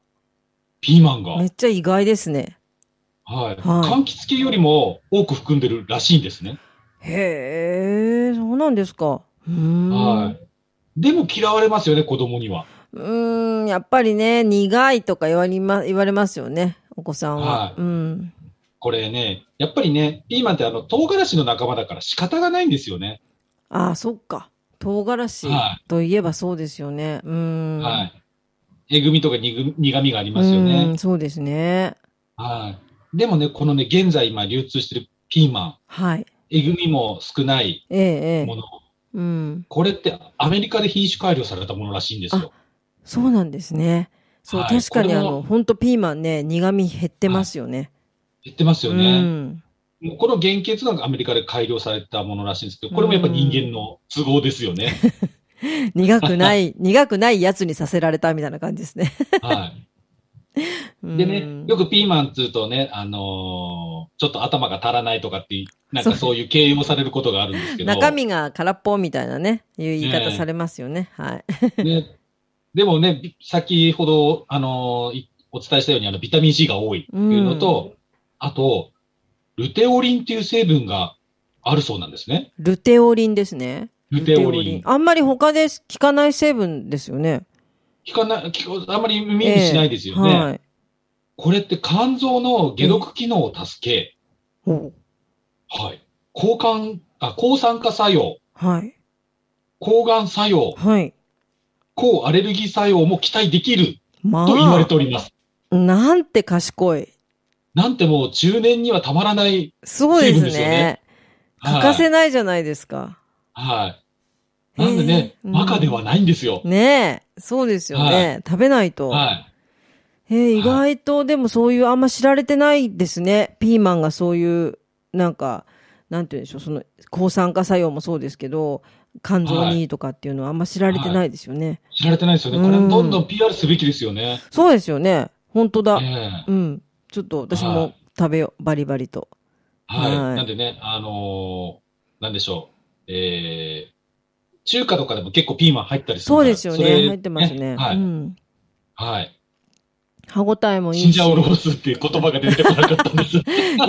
[SPEAKER 2] ピーマンが。
[SPEAKER 1] めっちゃ意外ですね。
[SPEAKER 2] はい。
[SPEAKER 1] はい
[SPEAKER 2] 柑橘系よりも多く含んでるらしいんですね。
[SPEAKER 1] へえ、そうなんですか。うーん。
[SPEAKER 2] はい。でも嫌われますよね、子供には。
[SPEAKER 1] うーん、やっぱりね、苦いとか言われま言われますよね、お子さんは。
[SPEAKER 2] はい
[SPEAKER 1] うん。
[SPEAKER 2] これね、やっぱりね、ピーマンってあの、唐辛子の仲間だから仕方がないんですよね。
[SPEAKER 1] ああ、そっか。唐辛子
[SPEAKER 2] は
[SPEAKER 1] といえばそうですよね。うーん。
[SPEAKER 2] はい。えぐみとかにぐ苦みがあり
[SPEAKER 1] い
[SPEAKER 2] ますよね。
[SPEAKER 1] そうですね。
[SPEAKER 2] はい。でもね、このね、現在今流通してるピーマ
[SPEAKER 1] はい。
[SPEAKER 2] ン、えぐみも少ない
[SPEAKER 1] ええ、ええ
[SPEAKER 2] もの。
[SPEAKER 1] うん。
[SPEAKER 2] これってアメリカで品種改良されたものらしいんですよ。
[SPEAKER 1] そうなんですね。そう、
[SPEAKER 2] はい
[SPEAKER 1] 確かに
[SPEAKER 2] これ
[SPEAKER 1] あ
[SPEAKER 2] も
[SPEAKER 1] の、本当ピーマンね、苦味減ってますよね。
[SPEAKER 2] 言ってますよ
[SPEAKER 1] う
[SPEAKER 2] ね。
[SPEAKER 1] ん。
[SPEAKER 2] もうこの原型がアメリカで改良されたものらしいんですけど、これもやっぱ人間の都合ですよ ね。
[SPEAKER 1] 苦くない、苦くないやつにさせられたみたいな感じですね。
[SPEAKER 2] はい。
[SPEAKER 1] うん
[SPEAKER 2] でね、よくピーマンっつうとね、あのーちょっと頭が足らないとかっていう、なんか
[SPEAKER 1] そ
[SPEAKER 2] そういう形容されることがあるんですけど。
[SPEAKER 1] 中身が空っぽみたいなね、いう言い方されますよね。はい。
[SPEAKER 2] ね、でもね、び先ほど、あのーいお伝えしたようにあのビタミン C が多いっていうのと、あと、ルテオリンっていう成分があるそうなんですね。
[SPEAKER 1] ルテオリンですね。
[SPEAKER 2] ルテオリン。
[SPEAKER 1] あんまり他で聞かない成分ですよね。
[SPEAKER 2] 聞かない、聞かあんまり耳にしないですよね。
[SPEAKER 1] はい。
[SPEAKER 2] これって肝臓の解毒機能を助け、
[SPEAKER 1] お
[SPEAKER 2] はい。抗肝、あ、抗酸化作用、
[SPEAKER 1] はい。
[SPEAKER 2] 抗がん作用、
[SPEAKER 1] はい。
[SPEAKER 2] 抗アレルギー作用も期待できる
[SPEAKER 1] ま
[SPEAKER 2] と言われております。
[SPEAKER 1] あ、なんて賢い。
[SPEAKER 2] なんてもう中年にはたまらない。
[SPEAKER 1] そうで
[SPEAKER 2] 成
[SPEAKER 1] す
[SPEAKER 2] 分ですよ
[SPEAKER 1] ね
[SPEAKER 2] ね。
[SPEAKER 1] 欠か
[SPEAKER 2] はい
[SPEAKER 1] せないじゃないですか。
[SPEAKER 2] はい。なんでね、
[SPEAKER 1] へー
[SPEAKER 2] バカではないんですよ。
[SPEAKER 1] ねえ。そうですよ
[SPEAKER 2] は
[SPEAKER 1] ね。食べないと。
[SPEAKER 2] は
[SPEAKER 1] えー、意外と、でもそういう、あんま知られてないですね。ピーマンがそういう、なんか、なんて言うんでしょう、その、抗酸化作用もそうですけど、肝臓にいいとかっていうのはあんま知られてないですよね。
[SPEAKER 2] い。知られてないですよね。
[SPEAKER 1] うん
[SPEAKER 2] これどんどん PR すべきですよね。
[SPEAKER 1] そうですよね。本当だ。
[SPEAKER 2] ええ
[SPEAKER 1] うん。ちょっと私
[SPEAKER 2] は
[SPEAKER 1] も
[SPEAKER 2] い
[SPEAKER 1] 食べよう。バリバリと。
[SPEAKER 2] はい。
[SPEAKER 1] はい
[SPEAKER 2] なんでね、あのーなんでしょう。えー中華とかでも結構ピーマン入ったりする
[SPEAKER 1] そ
[SPEAKER 2] か
[SPEAKER 1] う
[SPEAKER 2] ら
[SPEAKER 1] ですよ
[SPEAKER 2] それ
[SPEAKER 1] ね。入ってますね。
[SPEAKER 2] は
[SPEAKER 1] う
[SPEAKER 2] い。
[SPEAKER 1] ん。
[SPEAKER 2] はい。
[SPEAKER 1] 歯ごたえもい
[SPEAKER 2] チン
[SPEAKER 1] い
[SPEAKER 2] ジ
[SPEAKER 1] し
[SPEAKER 2] ャ。オロースっていう言葉が出てこなかったんです。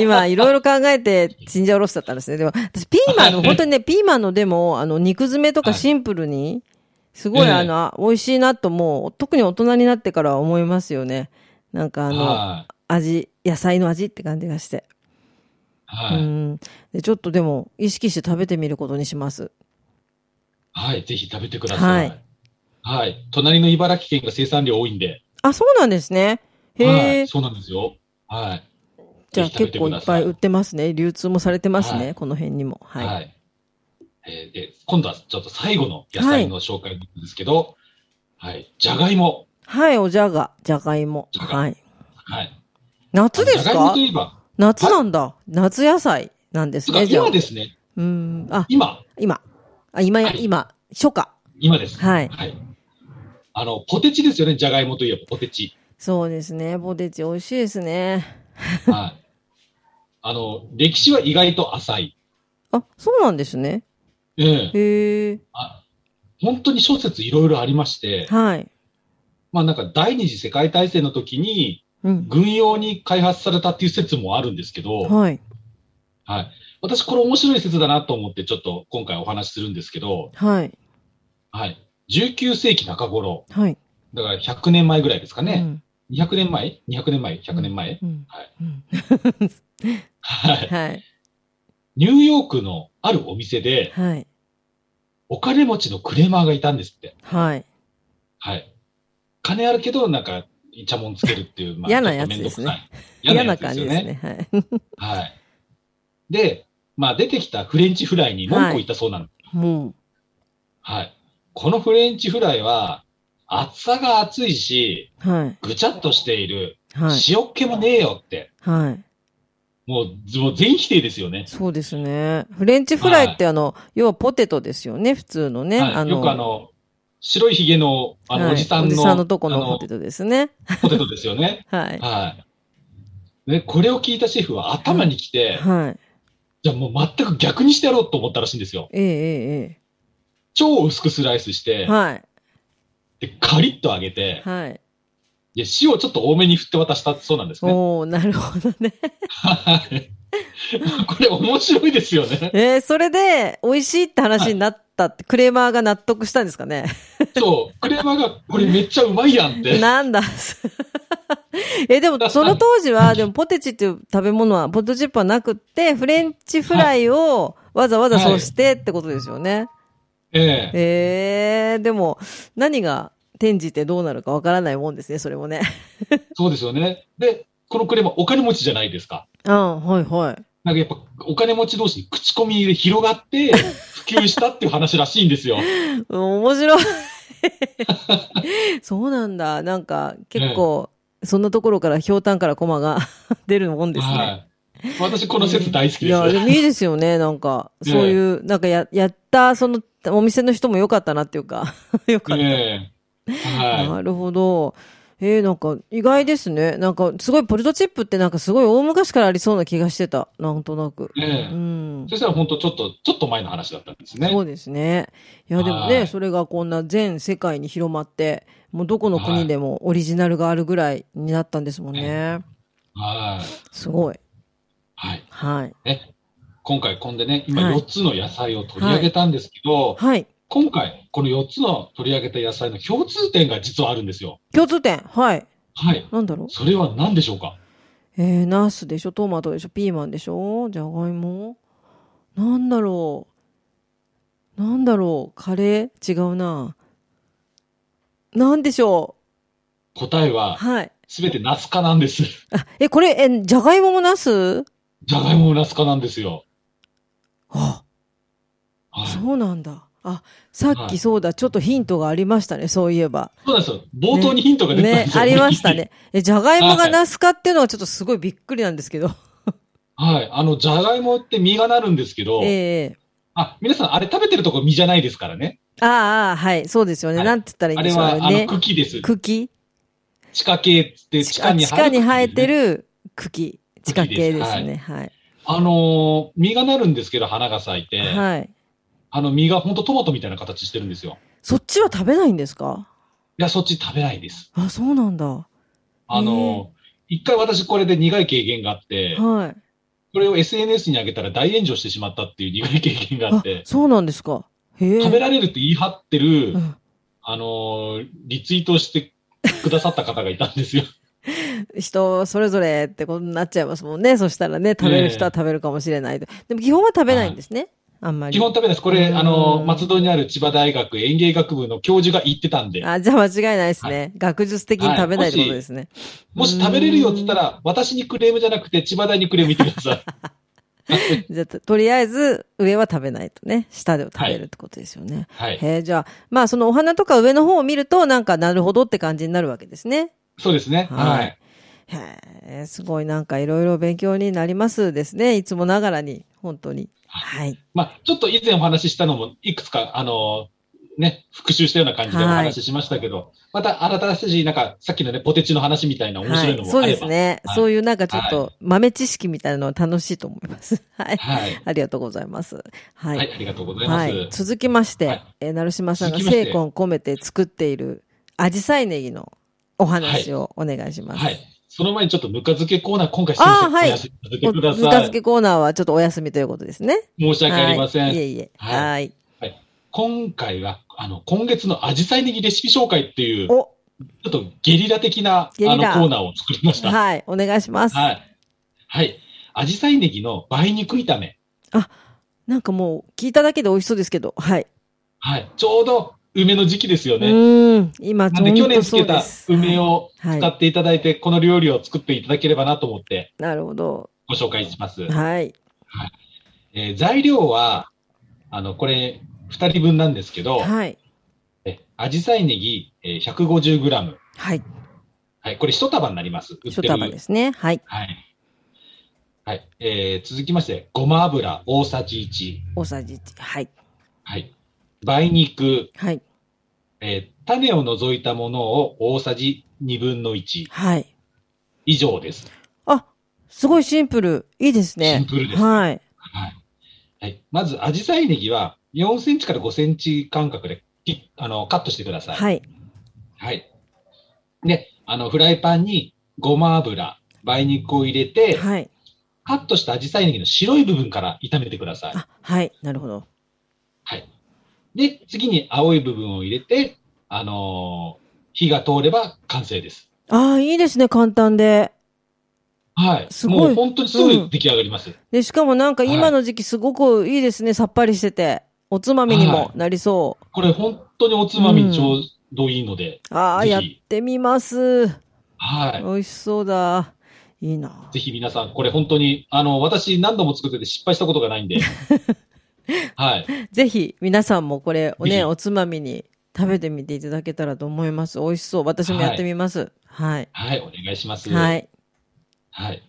[SPEAKER 1] 今、いろいろ考えて、チンジャオロースだったんですね。でも、私、ピーマンの、本当にね、ピーマンのでも、あの、肉詰めとか
[SPEAKER 2] はい
[SPEAKER 1] シンプルに、すごい、
[SPEAKER 2] ええ
[SPEAKER 1] あの、あ美味しいなともう、特に大人になってからは思いますよね。なん か、あの、
[SPEAKER 2] はい。
[SPEAKER 1] 味、野菜の味って感じがして。
[SPEAKER 2] は
[SPEAKER 1] う
[SPEAKER 2] い。
[SPEAKER 1] ん。で、ちょっとでも、意識して食べてみることにします。
[SPEAKER 2] はい。ぜひ食べてくださ
[SPEAKER 1] はい
[SPEAKER 2] い。はい。隣の茨城県が生産量多いんで、
[SPEAKER 1] あ、そうなんですね。へ
[SPEAKER 2] は
[SPEAKER 1] え
[SPEAKER 2] い。。そうなんですよ。はい。
[SPEAKER 1] じゃあ
[SPEAKER 2] ぜひ食べ
[SPEAKER 1] 結
[SPEAKER 2] て
[SPEAKER 1] 構
[SPEAKER 2] く
[SPEAKER 1] い
[SPEAKER 2] だ
[SPEAKER 1] っぱ
[SPEAKER 2] さ
[SPEAKER 1] い
[SPEAKER 2] い
[SPEAKER 1] 売ってますね。流通もされてますね。
[SPEAKER 2] は
[SPEAKER 1] この辺にも。はい。
[SPEAKER 2] はい。えーで、今度はちょっと最後の野菜の紹介なんですけど、はい。じゃがいも。
[SPEAKER 1] はい、おじゃが、じゃがいも。
[SPEAKER 2] じゃが
[SPEAKER 1] はい。
[SPEAKER 2] はい。
[SPEAKER 1] 夏です
[SPEAKER 2] じゃがいも
[SPEAKER 1] か
[SPEAKER 2] といえば、
[SPEAKER 1] 夏なんだ、夏野菜なんです
[SPEAKER 2] つうか
[SPEAKER 1] ね、じゃあ。
[SPEAKER 2] 今
[SPEAKER 1] う
[SPEAKER 2] ですね。
[SPEAKER 1] ーん。あ、
[SPEAKER 2] 今。
[SPEAKER 1] 今。あ、今や、
[SPEAKER 2] はい
[SPEAKER 1] 今、初夏。
[SPEAKER 2] 今です。
[SPEAKER 1] はい
[SPEAKER 2] あの、ポテチですよね。じゃがいもといえばポテチ。
[SPEAKER 1] そうですね。ポテチ美味しいですね。
[SPEAKER 2] はい。あの、歴史は意外と浅い。
[SPEAKER 1] あ、そうなんですね。
[SPEAKER 2] ええ
[SPEAKER 1] へえ。
[SPEAKER 2] あ本当に諸説いろいろありまして、
[SPEAKER 1] はい。
[SPEAKER 2] まあなんか第二次世界大戦の時に
[SPEAKER 1] うん。
[SPEAKER 2] 軍用に開発されたっていう説もあるんですけど、
[SPEAKER 1] はい。
[SPEAKER 2] はい。私、これ面白い説だなと思って、ちょっと今回お話しするんですけど、
[SPEAKER 1] はい。
[SPEAKER 2] はい。19世紀中頃、
[SPEAKER 1] はい。
[SPEAKER 2] だから100年前ぐらいですかね。
[SPEAKER 1] ね。
[SPEAKER 2] 200年前 ?200 年前 ?100 年前、
[SPEAKER 1] うん。
[SPEAKER 2] はい
[SPEAKER 1] うん。
[SPEAKER 2] はい。
[SPEAKER 1] はい。
[SPEAKER 2] ニューヨークのあるお店で、
[SPEAKER 1] はい。
[SPEAKER 2] お金持ちのクレーマーがいたんですって。
[SPEAKER 1] はい。
[SPEAKER 2] はい。金あるけど、なんか、イチャモンつけるっていう、ま
[SPEAKER 1] 嫌な
[SPEAKER 2] ちょっとめ
[SPEAKER 1] やつ
[SPEAKER 2] んどくさい
[SPEAKER 1] 嫌
[SPEAKER 2] 嫌な
[SPEAKER 1] な
[SPEAKER 2] やつで
[SPEAKER 1] 感
[SPEAKER 2] す
[SPEAKER 1] じ
[SPEAKER 2] よ
[SPEAKER 1] で
[SPEAKER 2] ね。
[SPEAKER 1] すね。はい。
[SPEAKER 2] はい。で、まあ出てきたフレンチフライに文句を言ったそうなの。
[SPEAKER 1] もう。
[SPEAKER 2] はい。このフレンチフライは、厚さが厚いし、
[SPEAKER 1] はい。
[SPEAKER 2] ぐちゃっとしている、
[SPEAKER 1] はい。
[SPEAKER 2] 塩っ気もねえよって、
[SPEAKER 1] はい。
[SPEAKER 2] もうずもう全否定ですよね。
[SPEAKER 1] そうですね。フレンチフライってあの、要はポテトですよね、普通のね。
[SPEAKER 2] はい、よくあの、白いひげのあの
[SPEAKER 1] はい
[SPEAKER 2] おじさんの,、
[SPEAKER 1] とこ
[SPEAKER 2] あ
[SPEAKER 1] のポ
[SPEAKER 2] の
[SPEAKER 1] テトですね。
[SPEAKER 2] ポテトですよ ね。
[SPEAKER 1] はい。
[SPEAKER 2] はい。ね、これを聞いたシェフは頭にきて、
[SPEAKER 1] はい。
[SPEAKER 2] じゃあもう全く逆にしてやろうと思ったらしいんですよ。
[SPEAKER 1] えええ
[SPEAKER 2] 超薄くスライスし
[SPEAKER 1] えええ
[SPEAKER 2] て、
[SPEAKER 1] はい。
[SPEAKER 2] でカリッと揚げて、
[SPEAKER 1] はい。
[SPEAKER 2] で塩をちょっと多めに振って渡したそうなんですね。
[SPEAKER 1] おおなるほどね。
[SPEAKER 2] はい。 これ面白いですよ ね。
[SPEAKER 1] えー、それで、美味しいって話になったって、クレーマーが納得したんですかね。
[SPEAKER 2] そう、クレーマーが、これめっちゃうまいやんって。
[SPEAKER 1] なんだ。 え、でも、その当時は、でも、ポテチっていう食べ物は、ポテトチップはなくって、フレンチフライをわざわざそうしてってことですよね。
[SPEAKER 2] ええ
[SPEAKER 1] ええでも、何が転じてどうなるかわからないもんですね、それもね。
[SPEAKER 2] そうですよね。で、このクレーマーお金持ちじゃないですか。
[SPEAKER 1] うん、はいはい。
[SPEAKER 2] なんかやっぱお金持ち同士に口コミで広が って普及したっていう話らしいんですよ。
[SPEAKER 1] うん面白い。そうなんだ。なんか、結構、そんなところから、ひょうたんからコマが 出るもんですね。
[SPEAKER 2] はい。私この説大好き
[SPEAKER 1] い
[SPEAKER 2] です。
[SPEAKER 1] や、でもいいですよね、なんか。
[SPEAKER 2] ええ
[SPEAKER 1] そういう、なんかや、やった、その、お店の人も良かったなっていうか、 良かっ た。
[SPEAKER 2] ええは
[SPEAKER 1] なるほど。えー、なんか意外ですね。なんかすごいポルトチップってなんかすごい大昔からありそうな気がしてた。なんとなく。
[SPEAKER 2] い。え
[SPEAKER 1] う
[SPEAKER 2] え
[SPEAKER 1] ん。
[SPEAKER 2] そしたら本当ちょっと、ちょっと前の話だったんですね。
[SPEAKER 1] そうですね。いや、でも
[SPEAKER 2] は
[SPEAKER 1] ね、
[SPEAKER 2] い
[SPEAKER 1] それがこんな全世界に広まって、もうどこの国でもオリジナルがあるぐらいになったんですもんね。
[SPEAKER 2] はい。
[SPEAKER 1] すごい。
[SPEAKER 2] はい。
[SPEAKER 1] はい。
[SPEAKER 2] ね。今回、こんでね、今
[SPEAKER 1] はい
[SPEAKER 2] 4つの野菜を取り上げたんですけど、
[SPEAKER 1] はい。
[SPEAKER 2] 今回、この4つの取り上げた野菜の共通点が実はあるんですよ。
[SPEAKER 1] 共通点。はい。
[SPEAKER 2] はい。
[SPEAKER 1] なんだろう。
[SPEAKER 2] それは何でしょうか
[SPEAKER 1] えー、ナスでしょ、トマトでしょ、ピーマンでしょ、じゃがいも。なんだろう。なんだろう。カレー違うな。なんでしょ
[SPEAKER 2] 答え
[SPEAKER 1] う。
[SPEAKER 2] は、
[SPEAKER 1] はい。
[SPEAKER 2] すべてナス科なんです。
[SPEAKER 1] あ、え、これ、え、じゃがいももナス
[SPEAKER 2] じゃがいももナス科なんですよ。
[SPEAKER 1] あ、
[SPEAKER 2] はい。そう
[SPEAKER 1] そうなんだ。あ、さっ
[SPEAKER 2] はい
[SPEAKER 1] きそうだ、ちょっとヒントがありましたね、そういえば。
[SPEAKER 2] なんですよ。冒頭にヒントが出てたん
[SPEAKER 1] ね
[SPEAKER 2] で、すよ。
[SPEAKER 1] ありました。ね。え、じゃがいも
[SPEAKER 2] は
[SPEAKER 1] が
[SPEAKER 2] い
[SPEAKER 1] ナスかっていうのはちょっとすごいびっくりなんですけど。
[SPEAKER 2] はい。あの、じゃがいもって実がなるんですけど、
[SPEAKER 1] ええ
[SPEAKER 2] あ、皆さん、あれ食べてるとこ実じゃないですからね。
[SPEAKER 1] ああああ、はい、そうですよね。
[SPEAKER 2] はい
[SPEAKER 1] なんて言ったらいいん
[SPEAKER 2] あ
[SPEAKER 1] で
[SPEAKER 2] れ
[SPEAKER 1] しょう
[SPEAKER 2] は、あの、
[SPEAKER 1] ね。
[SPEAKER 2] 茎です。
[SPEAKER 1] 茎
[SPEAKER 2] 地下茎っつって、地
[SPEAKER 1] 地
[SPEAKER 2] 下
[SPEAKER 1] 下
[SPEAKER 2] に
[SPEAKER 1] 地下に生えて
[SPEAKER 2] る。
[SPEAKER 1] る茎。地下
[SPEAKER 2] 茎
[SPEAKER 1] 系で
[SPEAKER 2] ですす
[SPEAKER 1] ね。はい。
[SPEAKER 2] あのー実がなるんですけど、花が咲いて、
[SPEAKER 1] はい。
[SPEAKER 2] あの、実が本当トマトみたいな形してるんですよ。
[SPEAKER 1] そっちは食べないんですか
[SPEAKER 2] いや、そっち食べないです。
[SPEAKER 1] あ、そうなんだ。は
[SPEAKER 2] あのー一回私これで苦い経験があって、
[SPEAKER 1] い。
[SPEAKER 2] これを SNS に上げたら大炎上してしまったっていう苦い経験があっ
[SPEAKER 1] あ
[SPEAKER 2] て、、
[SPEAKER 1] そうなんですか。へえ。
[SPEAKER 2] 食べられるって言い張ってる
[SPEAKER 1] う、ん
[SPEAKER 2] あのーリツイートしてくださった方がいたんですよ。
[SPEAKER 1] 人それぞれってことになっちゃいますもんね。そしたらね、食べる人は食べるかもしれないと。でも基本は食べないんですね。あんまり。
[SPEAKER 2] 基本食べないです。これ、
[SPEAKER 1] うん
[SPEAKER 2] あのー松戸にある千葉大学園芸学部の教授が言ってたんで、
[SPEAKER 1] あ、じゃあ間違いないですね。学術的に食べないってことですね。
[SPEAKER 2] もし食べれるよって言ったら、私にクレームじゃなくて、千葉大にクレーム言ってください。
[SPEAKER 1] じゃあ、ととりあえず、上は食べないとね。下では食べるってことですよね。
[SPEAKER 2] はい。
[SPEAKER 1] へえ、じゃあ、まあ、そのお花とか上の方を見ると、なんか、なるほどって感じになるわけですね。
[SPEAKER 2] そうですね。
[SPEAKER 1] は
[SPEAKER 2] は
[SPEAKER 1] い
[SPEAKER 2] い。
[SPEAKER 1] へえ、すごいなんか、いろいろ勉強になりますですね。いつもながらに、本当に。はい。
[SPEAKER 2] まあ、ちょっと以前お話ししたのも、いくつか、あのーね、復習したような感じでお話ししましたけど、また新しい、なんか、さっきのね、ポテチの話みたいな面
[SPEAKER 1] は
[SPEAKER 2] 白いの
[SPEAKER 1] い。
[SPEAKER 2] も
[SPEAKER 1] そう
[SPEAKER 2] あれ
[SPEAKER 1] で
[SPEAKER 2] ば。
[SPEAKER 1] すね。
[SPEAKER 2] はい
[SPEAKER 1] そういうなんか、ちょっと、豆知識みたいなのは楽しいと思います。 はい。
[SPEAKER 2] はい。
[SPEAKER 1] ありがとうございます。は。
[SPEAKER 2] はいい、ありがとうございます。
[SPEAKER 1] はい、続きまして、
[SPEAKER 2] はい
[SPEAKER 1] えー、成島さんが
[SPEAKER 2] 続きまして
[SPEAKER 1] 精魂込めて作っているアジサイネギのお話をお願いします。
[SPEAKER 2] はい。その前にちょっとぬか漬けコーナー、今回すみませ
[SPEAKER 1] あー
[SPEAKER 2] ん。
[SPEAKER 1] はい
[SPEAKER 2] お休みさせ
[SPEAKER 1] お
[SPEAKER 2] てくだ
[SPEAKER 1] ぬか
[SPEAKER 2] さ
[SPEAKER 1] 漬
[SPEAKER 2] い。
[SPEAKER 1] けコーナーはちょっとお休みということですね。
[SPEAKER 2] 申し訳ありません。
[SPEAKER 1] はい、いえいえ。
[SPEAKER 2] はい
[SPEAKER 1] はい。
[SPEAKER 2] 今回は、あの、今月のアジサイネギレシピ紹介っていう、ちょ
[SPEAKER 1] お、
[SPEAKER 2] っとゲリラ的な、あ
[SPEAKER 1] ゲリ
[SPEAKER 2] の、コ
[SPEAKER 1] ラ
[SPEAKER 2] ーナーを作りました。は
[SPEAKER 1] はい、お願いします。
[SPEAKER 2] い。はい。アジサイネギの梅肉炒め。
[SPEAKER 1] なんかもう聞いただけで美味しそうですけど、はい。
[SPEAKER 2] はい。ちょうど梅の時期ですよ
[SPEAKER 1] う
[SPEAKER 2] ね。
[SPEAKER 1] ーん、今、
[SPEAKER 2] なんで去年つ
[SPEAKER 1] そ
[SPEAKER 2] け
[SPEAKER 1] うで
[SPEAKER 2] た
[SPEAKER 1] す。
[SPEAKER 2] 梅
[SPEAKER 1] はい
[SPEAKER 2] を
[SPEAKER 1] はい
[SPEAKER 2] 使っていただいて、この料理を作っていただければなと思って
[SPEAKER 1] なるほど。
[SPEAKER 2] ご紹介します。
[SPEAKER 1] はい。
[SPEAKER 2] えー材料は、あの、これ、二人分なんですけど、
[SPEAKER 1] はい。
[SPEAKER 2] えアジサイネギ、えー、150g。
[SPEAKER 1] はい。
[SPEAKER 2] はい。これ一束になります。売って
[SPEAKER 1] 一
[SPEAKER 2] る
[SPEAKER 1] 束ですね。はい。
[SPEAKER 2] はい。はい。えー続きまして、ごま油大さじ1。
[SPEAKER 1] 大さじ1。はい。
[SPEAKER 2] はい。梅肉、
[SPEAKER 1] はい。
[SPEAKER 2] えー種を除いたものを大さじ2分の1
[SPEAKER 1] はい。
[SPEAKER 2] 以上です。
[SPEAKER 1] あ、すごいシンプル。いいですね。
[SPEAKER 2] シンプルです
[SPEAKER 1] はい。
[SPEAKER 2] はい。はい。まず、アジサイネギは4センチから5センチ間隔できあのカットしてください。はい。
[SPEAKER 1] はい。
[SPEAKER 2] で、あの、フライパンにごま油、梅肉を入れて、
[SPEAKER 1] はい。
[SPEAKER 2] カットしたアジサイネギの白い部分から炒めてください。
[SPEAKER 1] あ、はい。なるほど。
[SPEAKER 2] はい。で、次に青い部分を入れて、あのー火が通れば完成です。
[SPEAKER 1] ああ、いいですね。簡単で。
[SPEAKER 2] はい。
[SPEAKER 1] すごい
[SPEAKER 2] もう本当にす
[SPEAKER 1] う
[SPEAKER 2] ぐ
[SPEAKER 1] ん
[SPEAKER 2] 出来上がります。
[SPEAKER 1] で、しかもなんか
[SPEAKER 2] はい
[SPEAKER 1] 今の時期すごくいいですね。さっぱりしてて。おつまみにもなりそう。
[SPEAKER 2] これ本当におつまみちょうどいいので、
[SPEAKER 1] ああ、
[SPEAKER 2] ぜ
[SPEAKER 1] やっ
[SPEAKER 2] ひ
[SPEAKER 1] てみます。
[SPEAKER 2] はい。
[SPEAKER 1] 美味しそうだ。いいな。
[SPEAKER 2] ぜひ皆さん、これ本当に、あの、私何度も作ってて失敗したことが ないんで。はい。
[SPEAKER 1] ぜひ皆さんもこれを
[SPEAKER 2] ぜひ
[SPEAKER 1] ね、おつまみに食べてみていただけたらと思います。美味しそう。私もやってみます。はい。
[SPEAKER 2] はい、お願いします。
[SPEAKER 1] は
[SPEAKER 2] はい。
[SPEAKER 1] い。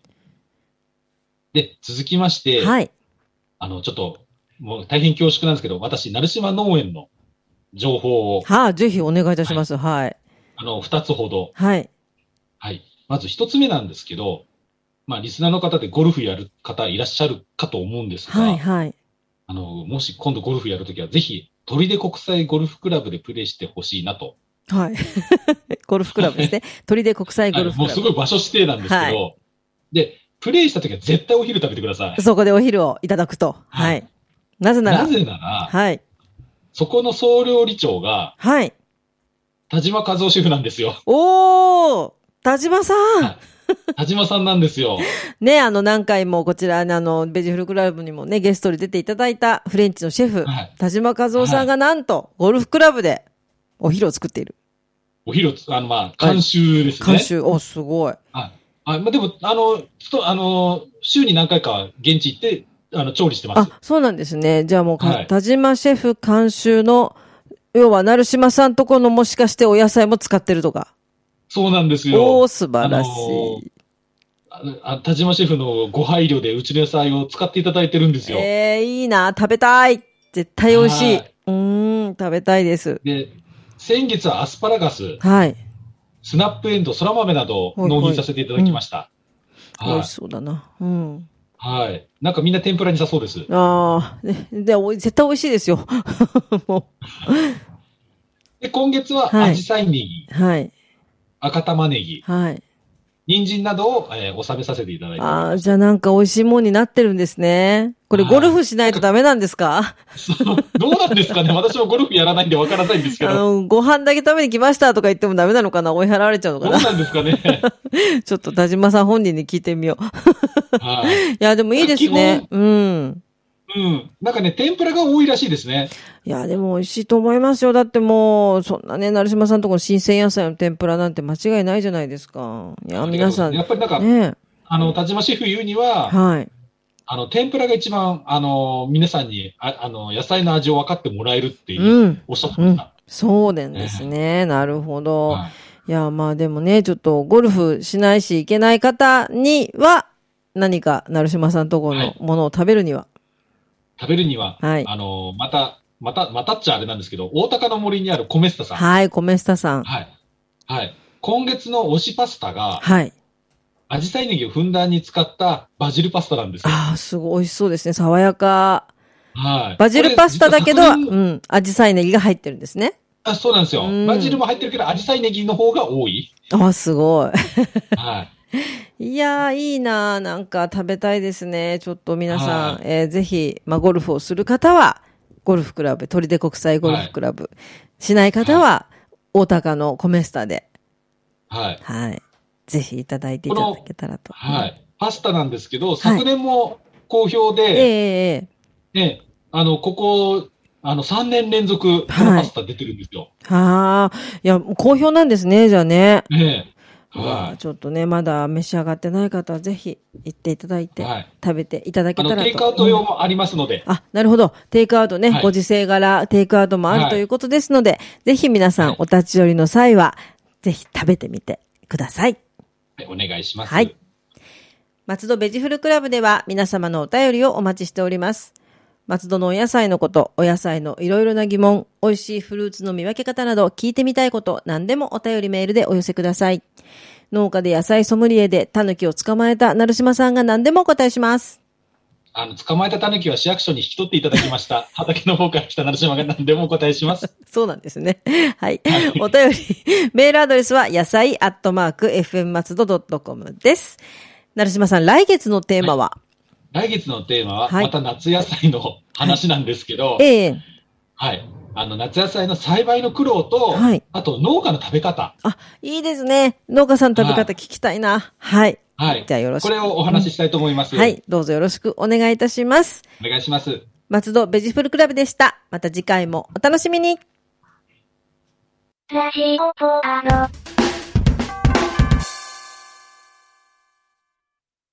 [SPEAKER 2] で、続きまして、
[SPEAKER 1] はい。
[SPEAKER 2] あの、ちょっと、もう大変恐縮なんですけど、私、成島農園の情報を、
[SPEAKER 1] はあ、ぜひお願いいたします。はい。
[SPEAKER 2] あの、二つほど。
[SPEAKER 1] はい。
[SPEAKER 2] はい。まず一つ目なんですけど、まあ、リスナーの方でゴルフやる方いらっしゃるかと思うんですが、
[SPEAKER 1] はい。はい。
[SPEAKER 2] あの、もし今度ゴルフやるときは、ぜひ、鳥で国際ゴルフクラブでプレイしてほしいなと。
[SPEAKER 1] はい。 ゴルフクラブですね。鳥で国際ゴルフ
[SPEAKER 2] も
[SPEAKER 1] ク
[SPEAKER 2] う
[SPEAKER 1] ラ
[SPEAKER 2] すごい場所指定なんですけど、
[SPEAKER 1] は
[SPEAKER 2] で、プレイしたときは絶対お昼食べてください
[SPEAKER 1] ブ。。そこでお昼をいただくと。は
[SPEAKER 2] はい
[SPEAKER 1] い。なぜな
[SPEAKER 2] な
[SPEAKER 1] ら。
[SPEAKER 2] ぜなら、
[SPEAKER 1] はい。
[SPEAKER 2] そこの総料理長が、
[SPEAKER 1] はい。
[SPEAKER 2] 田島和夫シェフなんです よ。
[SPEAKER 1] おー田島さん
[SPEAKER 2] は田島さんなんですよ。
[SPEAKER 1] ね、あの何回もこちら、あの、ベジフルクラブにもね、ゲストに出ていただいたフレンチのシェフ、
[SPEAKER 2] はい
[SPEAKER 1] 田島和夫さんがなんと、ゴルフクラブでお昼を作っている。
[SPEAKER 2] お昼つ、あの、まあ、監修ですね。
[SPEAKER 1] 監修、お、すごい。
[SPEAKER 2] はい。あまあ、でも、あの、ちょっと、あの、週に何回かは現地行って、あの、調理してます。
[SPEAKER 1] あ、そうなんですね。じゃあもうか、
[SPEAKER 2] はい
[SPEAKER 1] 田島シェフ監修の、要は、成島さんとこのもしかしてお野菜も使ってるとか。
[SPEAKER 2] そうなんですよ。
[SPEAKER 1] おー、素晴らしい。
[SPEAKER 2] あのあ田島シェフのご配慮でうちの野菜を使っていただいてるんですよ。
[SPEAKER 1] えー、いいな、食べたい。絶対美味しい。
[SPEAKER 2] はいう
[SPEAKER 1] ーん、食べたいです。
[SPEAKER 2] で、先月はアスパラガス、
[SPEAKER 1] はい。
[SPEAKER 2] スナップエンドウ、そら豆などを納品させていただきました。
[SPEAKER 1] 美
[SPEAKER 2] はい
[SPEAKER 1] 味し。そうだな。うん。
[SPEAKER 2] はい。なんかみんな天ぷらにさそうです。
[SPEAKER 1] ああ、ねで、おい絶対美味しいですよ。 も
[SPEAKER 2] で、今月は
[SPEAKER 1] はい
[SPEAKER 2] アジサイネギ、
[SPEAKER 1] う。はい。
[SPEAKER 2] 赤玉ねぎ、
[SPEAKER 1] はい。
[SPEAKER 2] 人参などを、えー納めさせていただいており
[SPEAKER 1] あ
[SPEAKER 2] ま
[SPEAKER 1] あ、
[SPEAKER 2] す。
[SPEAKER 1] じゃあなんか美味しいもんになってるんですね。これ
[SPEAKER 2] はい
[SPEAKER 1] ゴルフしないとダメなんですか
[SPEAKER 2] どうなんですかね私もゴルフやらないんでわからないんですけ
[SPEAKER 1] あ
[SPEAKER 2] ど。
[SPEAKER 1] の、ご飯だけ食べに来ましたとか言ってもダメなのかな追い払われちゃうの
[SPEAKER 2] ど
[SPEAKER 1] か
[SPEAKER 2] うな
[SPEAKER 1] な
[SPEAKER 2] んですかね
[SPEAKER 1] ちょっと田島さん本人に聞いてみよう。
[SPEAKER 2] はい。
[SPEAKER 1] いや、でもいいですね
[SPEAKER 2] 基。
[SPEAKER 1] うん。
[SPEAKER 2] うん。なんかね、天ぷらが多いらしいですね。
[SPEAKER 1] いや、でも美味しいと思いますよ。だってもう、そんなね、成島さんとこの新鮮野菜の天ぷらなんて間違いないじゃないですか。いや、皆さん、
[SPEAKER 2] や
[SPEAKER 1] ね
[SPEAKER 2] っぱりなんか、あの、田島シェフ言うには、
[SPEAKER 1] はい。
[SPEAKER 2] あの、天ぷらが一番、あの、皆さんに、ああの、野菜の味を分かってもらえるっていう、
[SPEAKER 1] うん。
[SPEAKER 2] おっしゃって
[SPEAKER 1] う
[SPEAKER 2] まし
[SPEAKER 1] ん
[SPEAKER 2] た。。
[SPEAKER 1] そうなんですね。なるほど。
[SPEAKER 2] はい
[SPEAKER 1] いや、まあでもね、ちょっとゴルフしないし行けない方には、何か、成島さんとこ
[SPEAKER 2] は
[SPEAKER 1] の
[SPEAKER 2] い
[SPEAKER 1] ものを食べるには。
[SPEAKER 2] 食べるには、
[SPEAKER 1] はい
[SPEAKER 2] あの、また、また、またっちゃあれなんですけど、大高の森にあるコメスタさん。はい。
[SPEAKER 1] はい、コメスタさん。
[SPEAKER 2] はい。今月の推しパスタが、
[SPEAKER 1] はい。
[SPEAKER 2] アジサイネギをふんだんに使ったバジルパスタなんですよ。
[SPEAKER 1] ああ、すごい美味しそうですね。爽やか。
[SPEAKER 2] はい。
[SPEAKER 1] バジルパスタだけど、
[SPEAKER 2] こ
[SPEAKER 1] う
[SPEAKER 2] れ実は昨年
[SPEAKER 1] ん、アジサイネギが入ってるんですね。
[SPEAKER 2] あそうなんですよ
[SPEAKER 1] うん。
[SPEAKER 2] バジルも入ってるけど、アジサイネギの方が多い。
[SPEAKER 1] ああ、すご
[SPEAKER 2] はい。
[SPEAKER 1] い。いやー、いいなー。なんか食べたいですね。ちょっと皆さん、
[SPEAKER 2] はい
[SPEAKER 1] えーぜひ、まあ、ゴルフをする方は、ゴルフクラブ、鳥出国際ゴルフクラブ。しない方は、大高のコメスタで。
[SPEAKER 2] はい。
[SPEAKER 1] はい。ぜひいただいていただけたらと。
[SPEAKER 2] は。い。パスタなんですけど、昨年も好評で、
[SPEAKER 1] ええええ
[SPEAKER 2] ね、あの、ここ、あの、3年連続、このパスタ出てるんですよ。
[SPEAKER 1] はあ。いや、好評なんですね、じゃあね。
[SPEAKER 2] ね
[SPEAKER 1] わあ
[SPEAKER 2] は
[SPEAKER 1] ちょっとね、まだ召し上がってない方はぜひ行っていただいて、
[SPEAKER 2] はい
[SPEAKER 1] 食べていただ
[SPEAKER 2] い。あ
[SPEAKER 1] けたら
[SPEAKER 2] の、
[SPEAKER 1] と。
[SPEAKER 2] テイクアウト用もありますので、
[SPEAKER 1] あ、なるほど。テイクアウトね、
[SPEAKER 2] はい
[SPEAKER 1] ご時世柄、テイクアウトもある
[SPEAKER 2] はい
[SPEAKER 1] ということですので、ぜひ皆さん
[SPEAKER 2] はい
[SPEAKER 1] お立ち寄りの際は、ぜひ食べてみてください。
[SPEAKER 2] はいお願いします。
[SPEAKER 1] はい。松戸ベジフルクラブでは皆様のお便りをお待ちしております。松戸のお野菜のこと、お野菜のいろいろな疑問、美味しいフルーツの見分け方など聞いてみたいこと、何でもお便りメールでお寄せください。農家で野菜ソムリエでタヌキを捕まえた成島さんが何でもお答えします。
[SPEAKER 2] あの、捕まえたタヌキは市役所に引き取っていただきました。 畑の方から来た成島が何でもお答えします。
[SPEAKER 1] そうなんですね。はい。お便り、メールアドレスは野菜アットマーク FM 松戸 .com です。成島さん、来月のテーマは、
[SPEAKER 2] 来月のテーマは、
[SPEAKER 1] はい
[SPEAKER 2] また夏野菜の話なんですけど、はい。
[SPEAKER 1] ええ
[SPEAKER 2] あの、夏野菜の栽培の苦労と、
[SPEAKER 1] はい
[SPEAKER 2] あと農家の食べ方。
[SPEAKER 1] あ、いいですね。農家さんの食べ方聞きたいな。はい。
[SPEAKER 2] はい。
[SPEAKER 1] じゃあよろしく
[SPEAKER 2] これをお話ししたいと思います。
[SPEAKER 1] はい。どうぞよろしくお願いいたします。
[SPEAKER 2] お願いします。
[SPEAKER 1] 松戸ベジフルクラブでした。また次回もお楽しみに
[SPEAKER 3] ラジオポアド。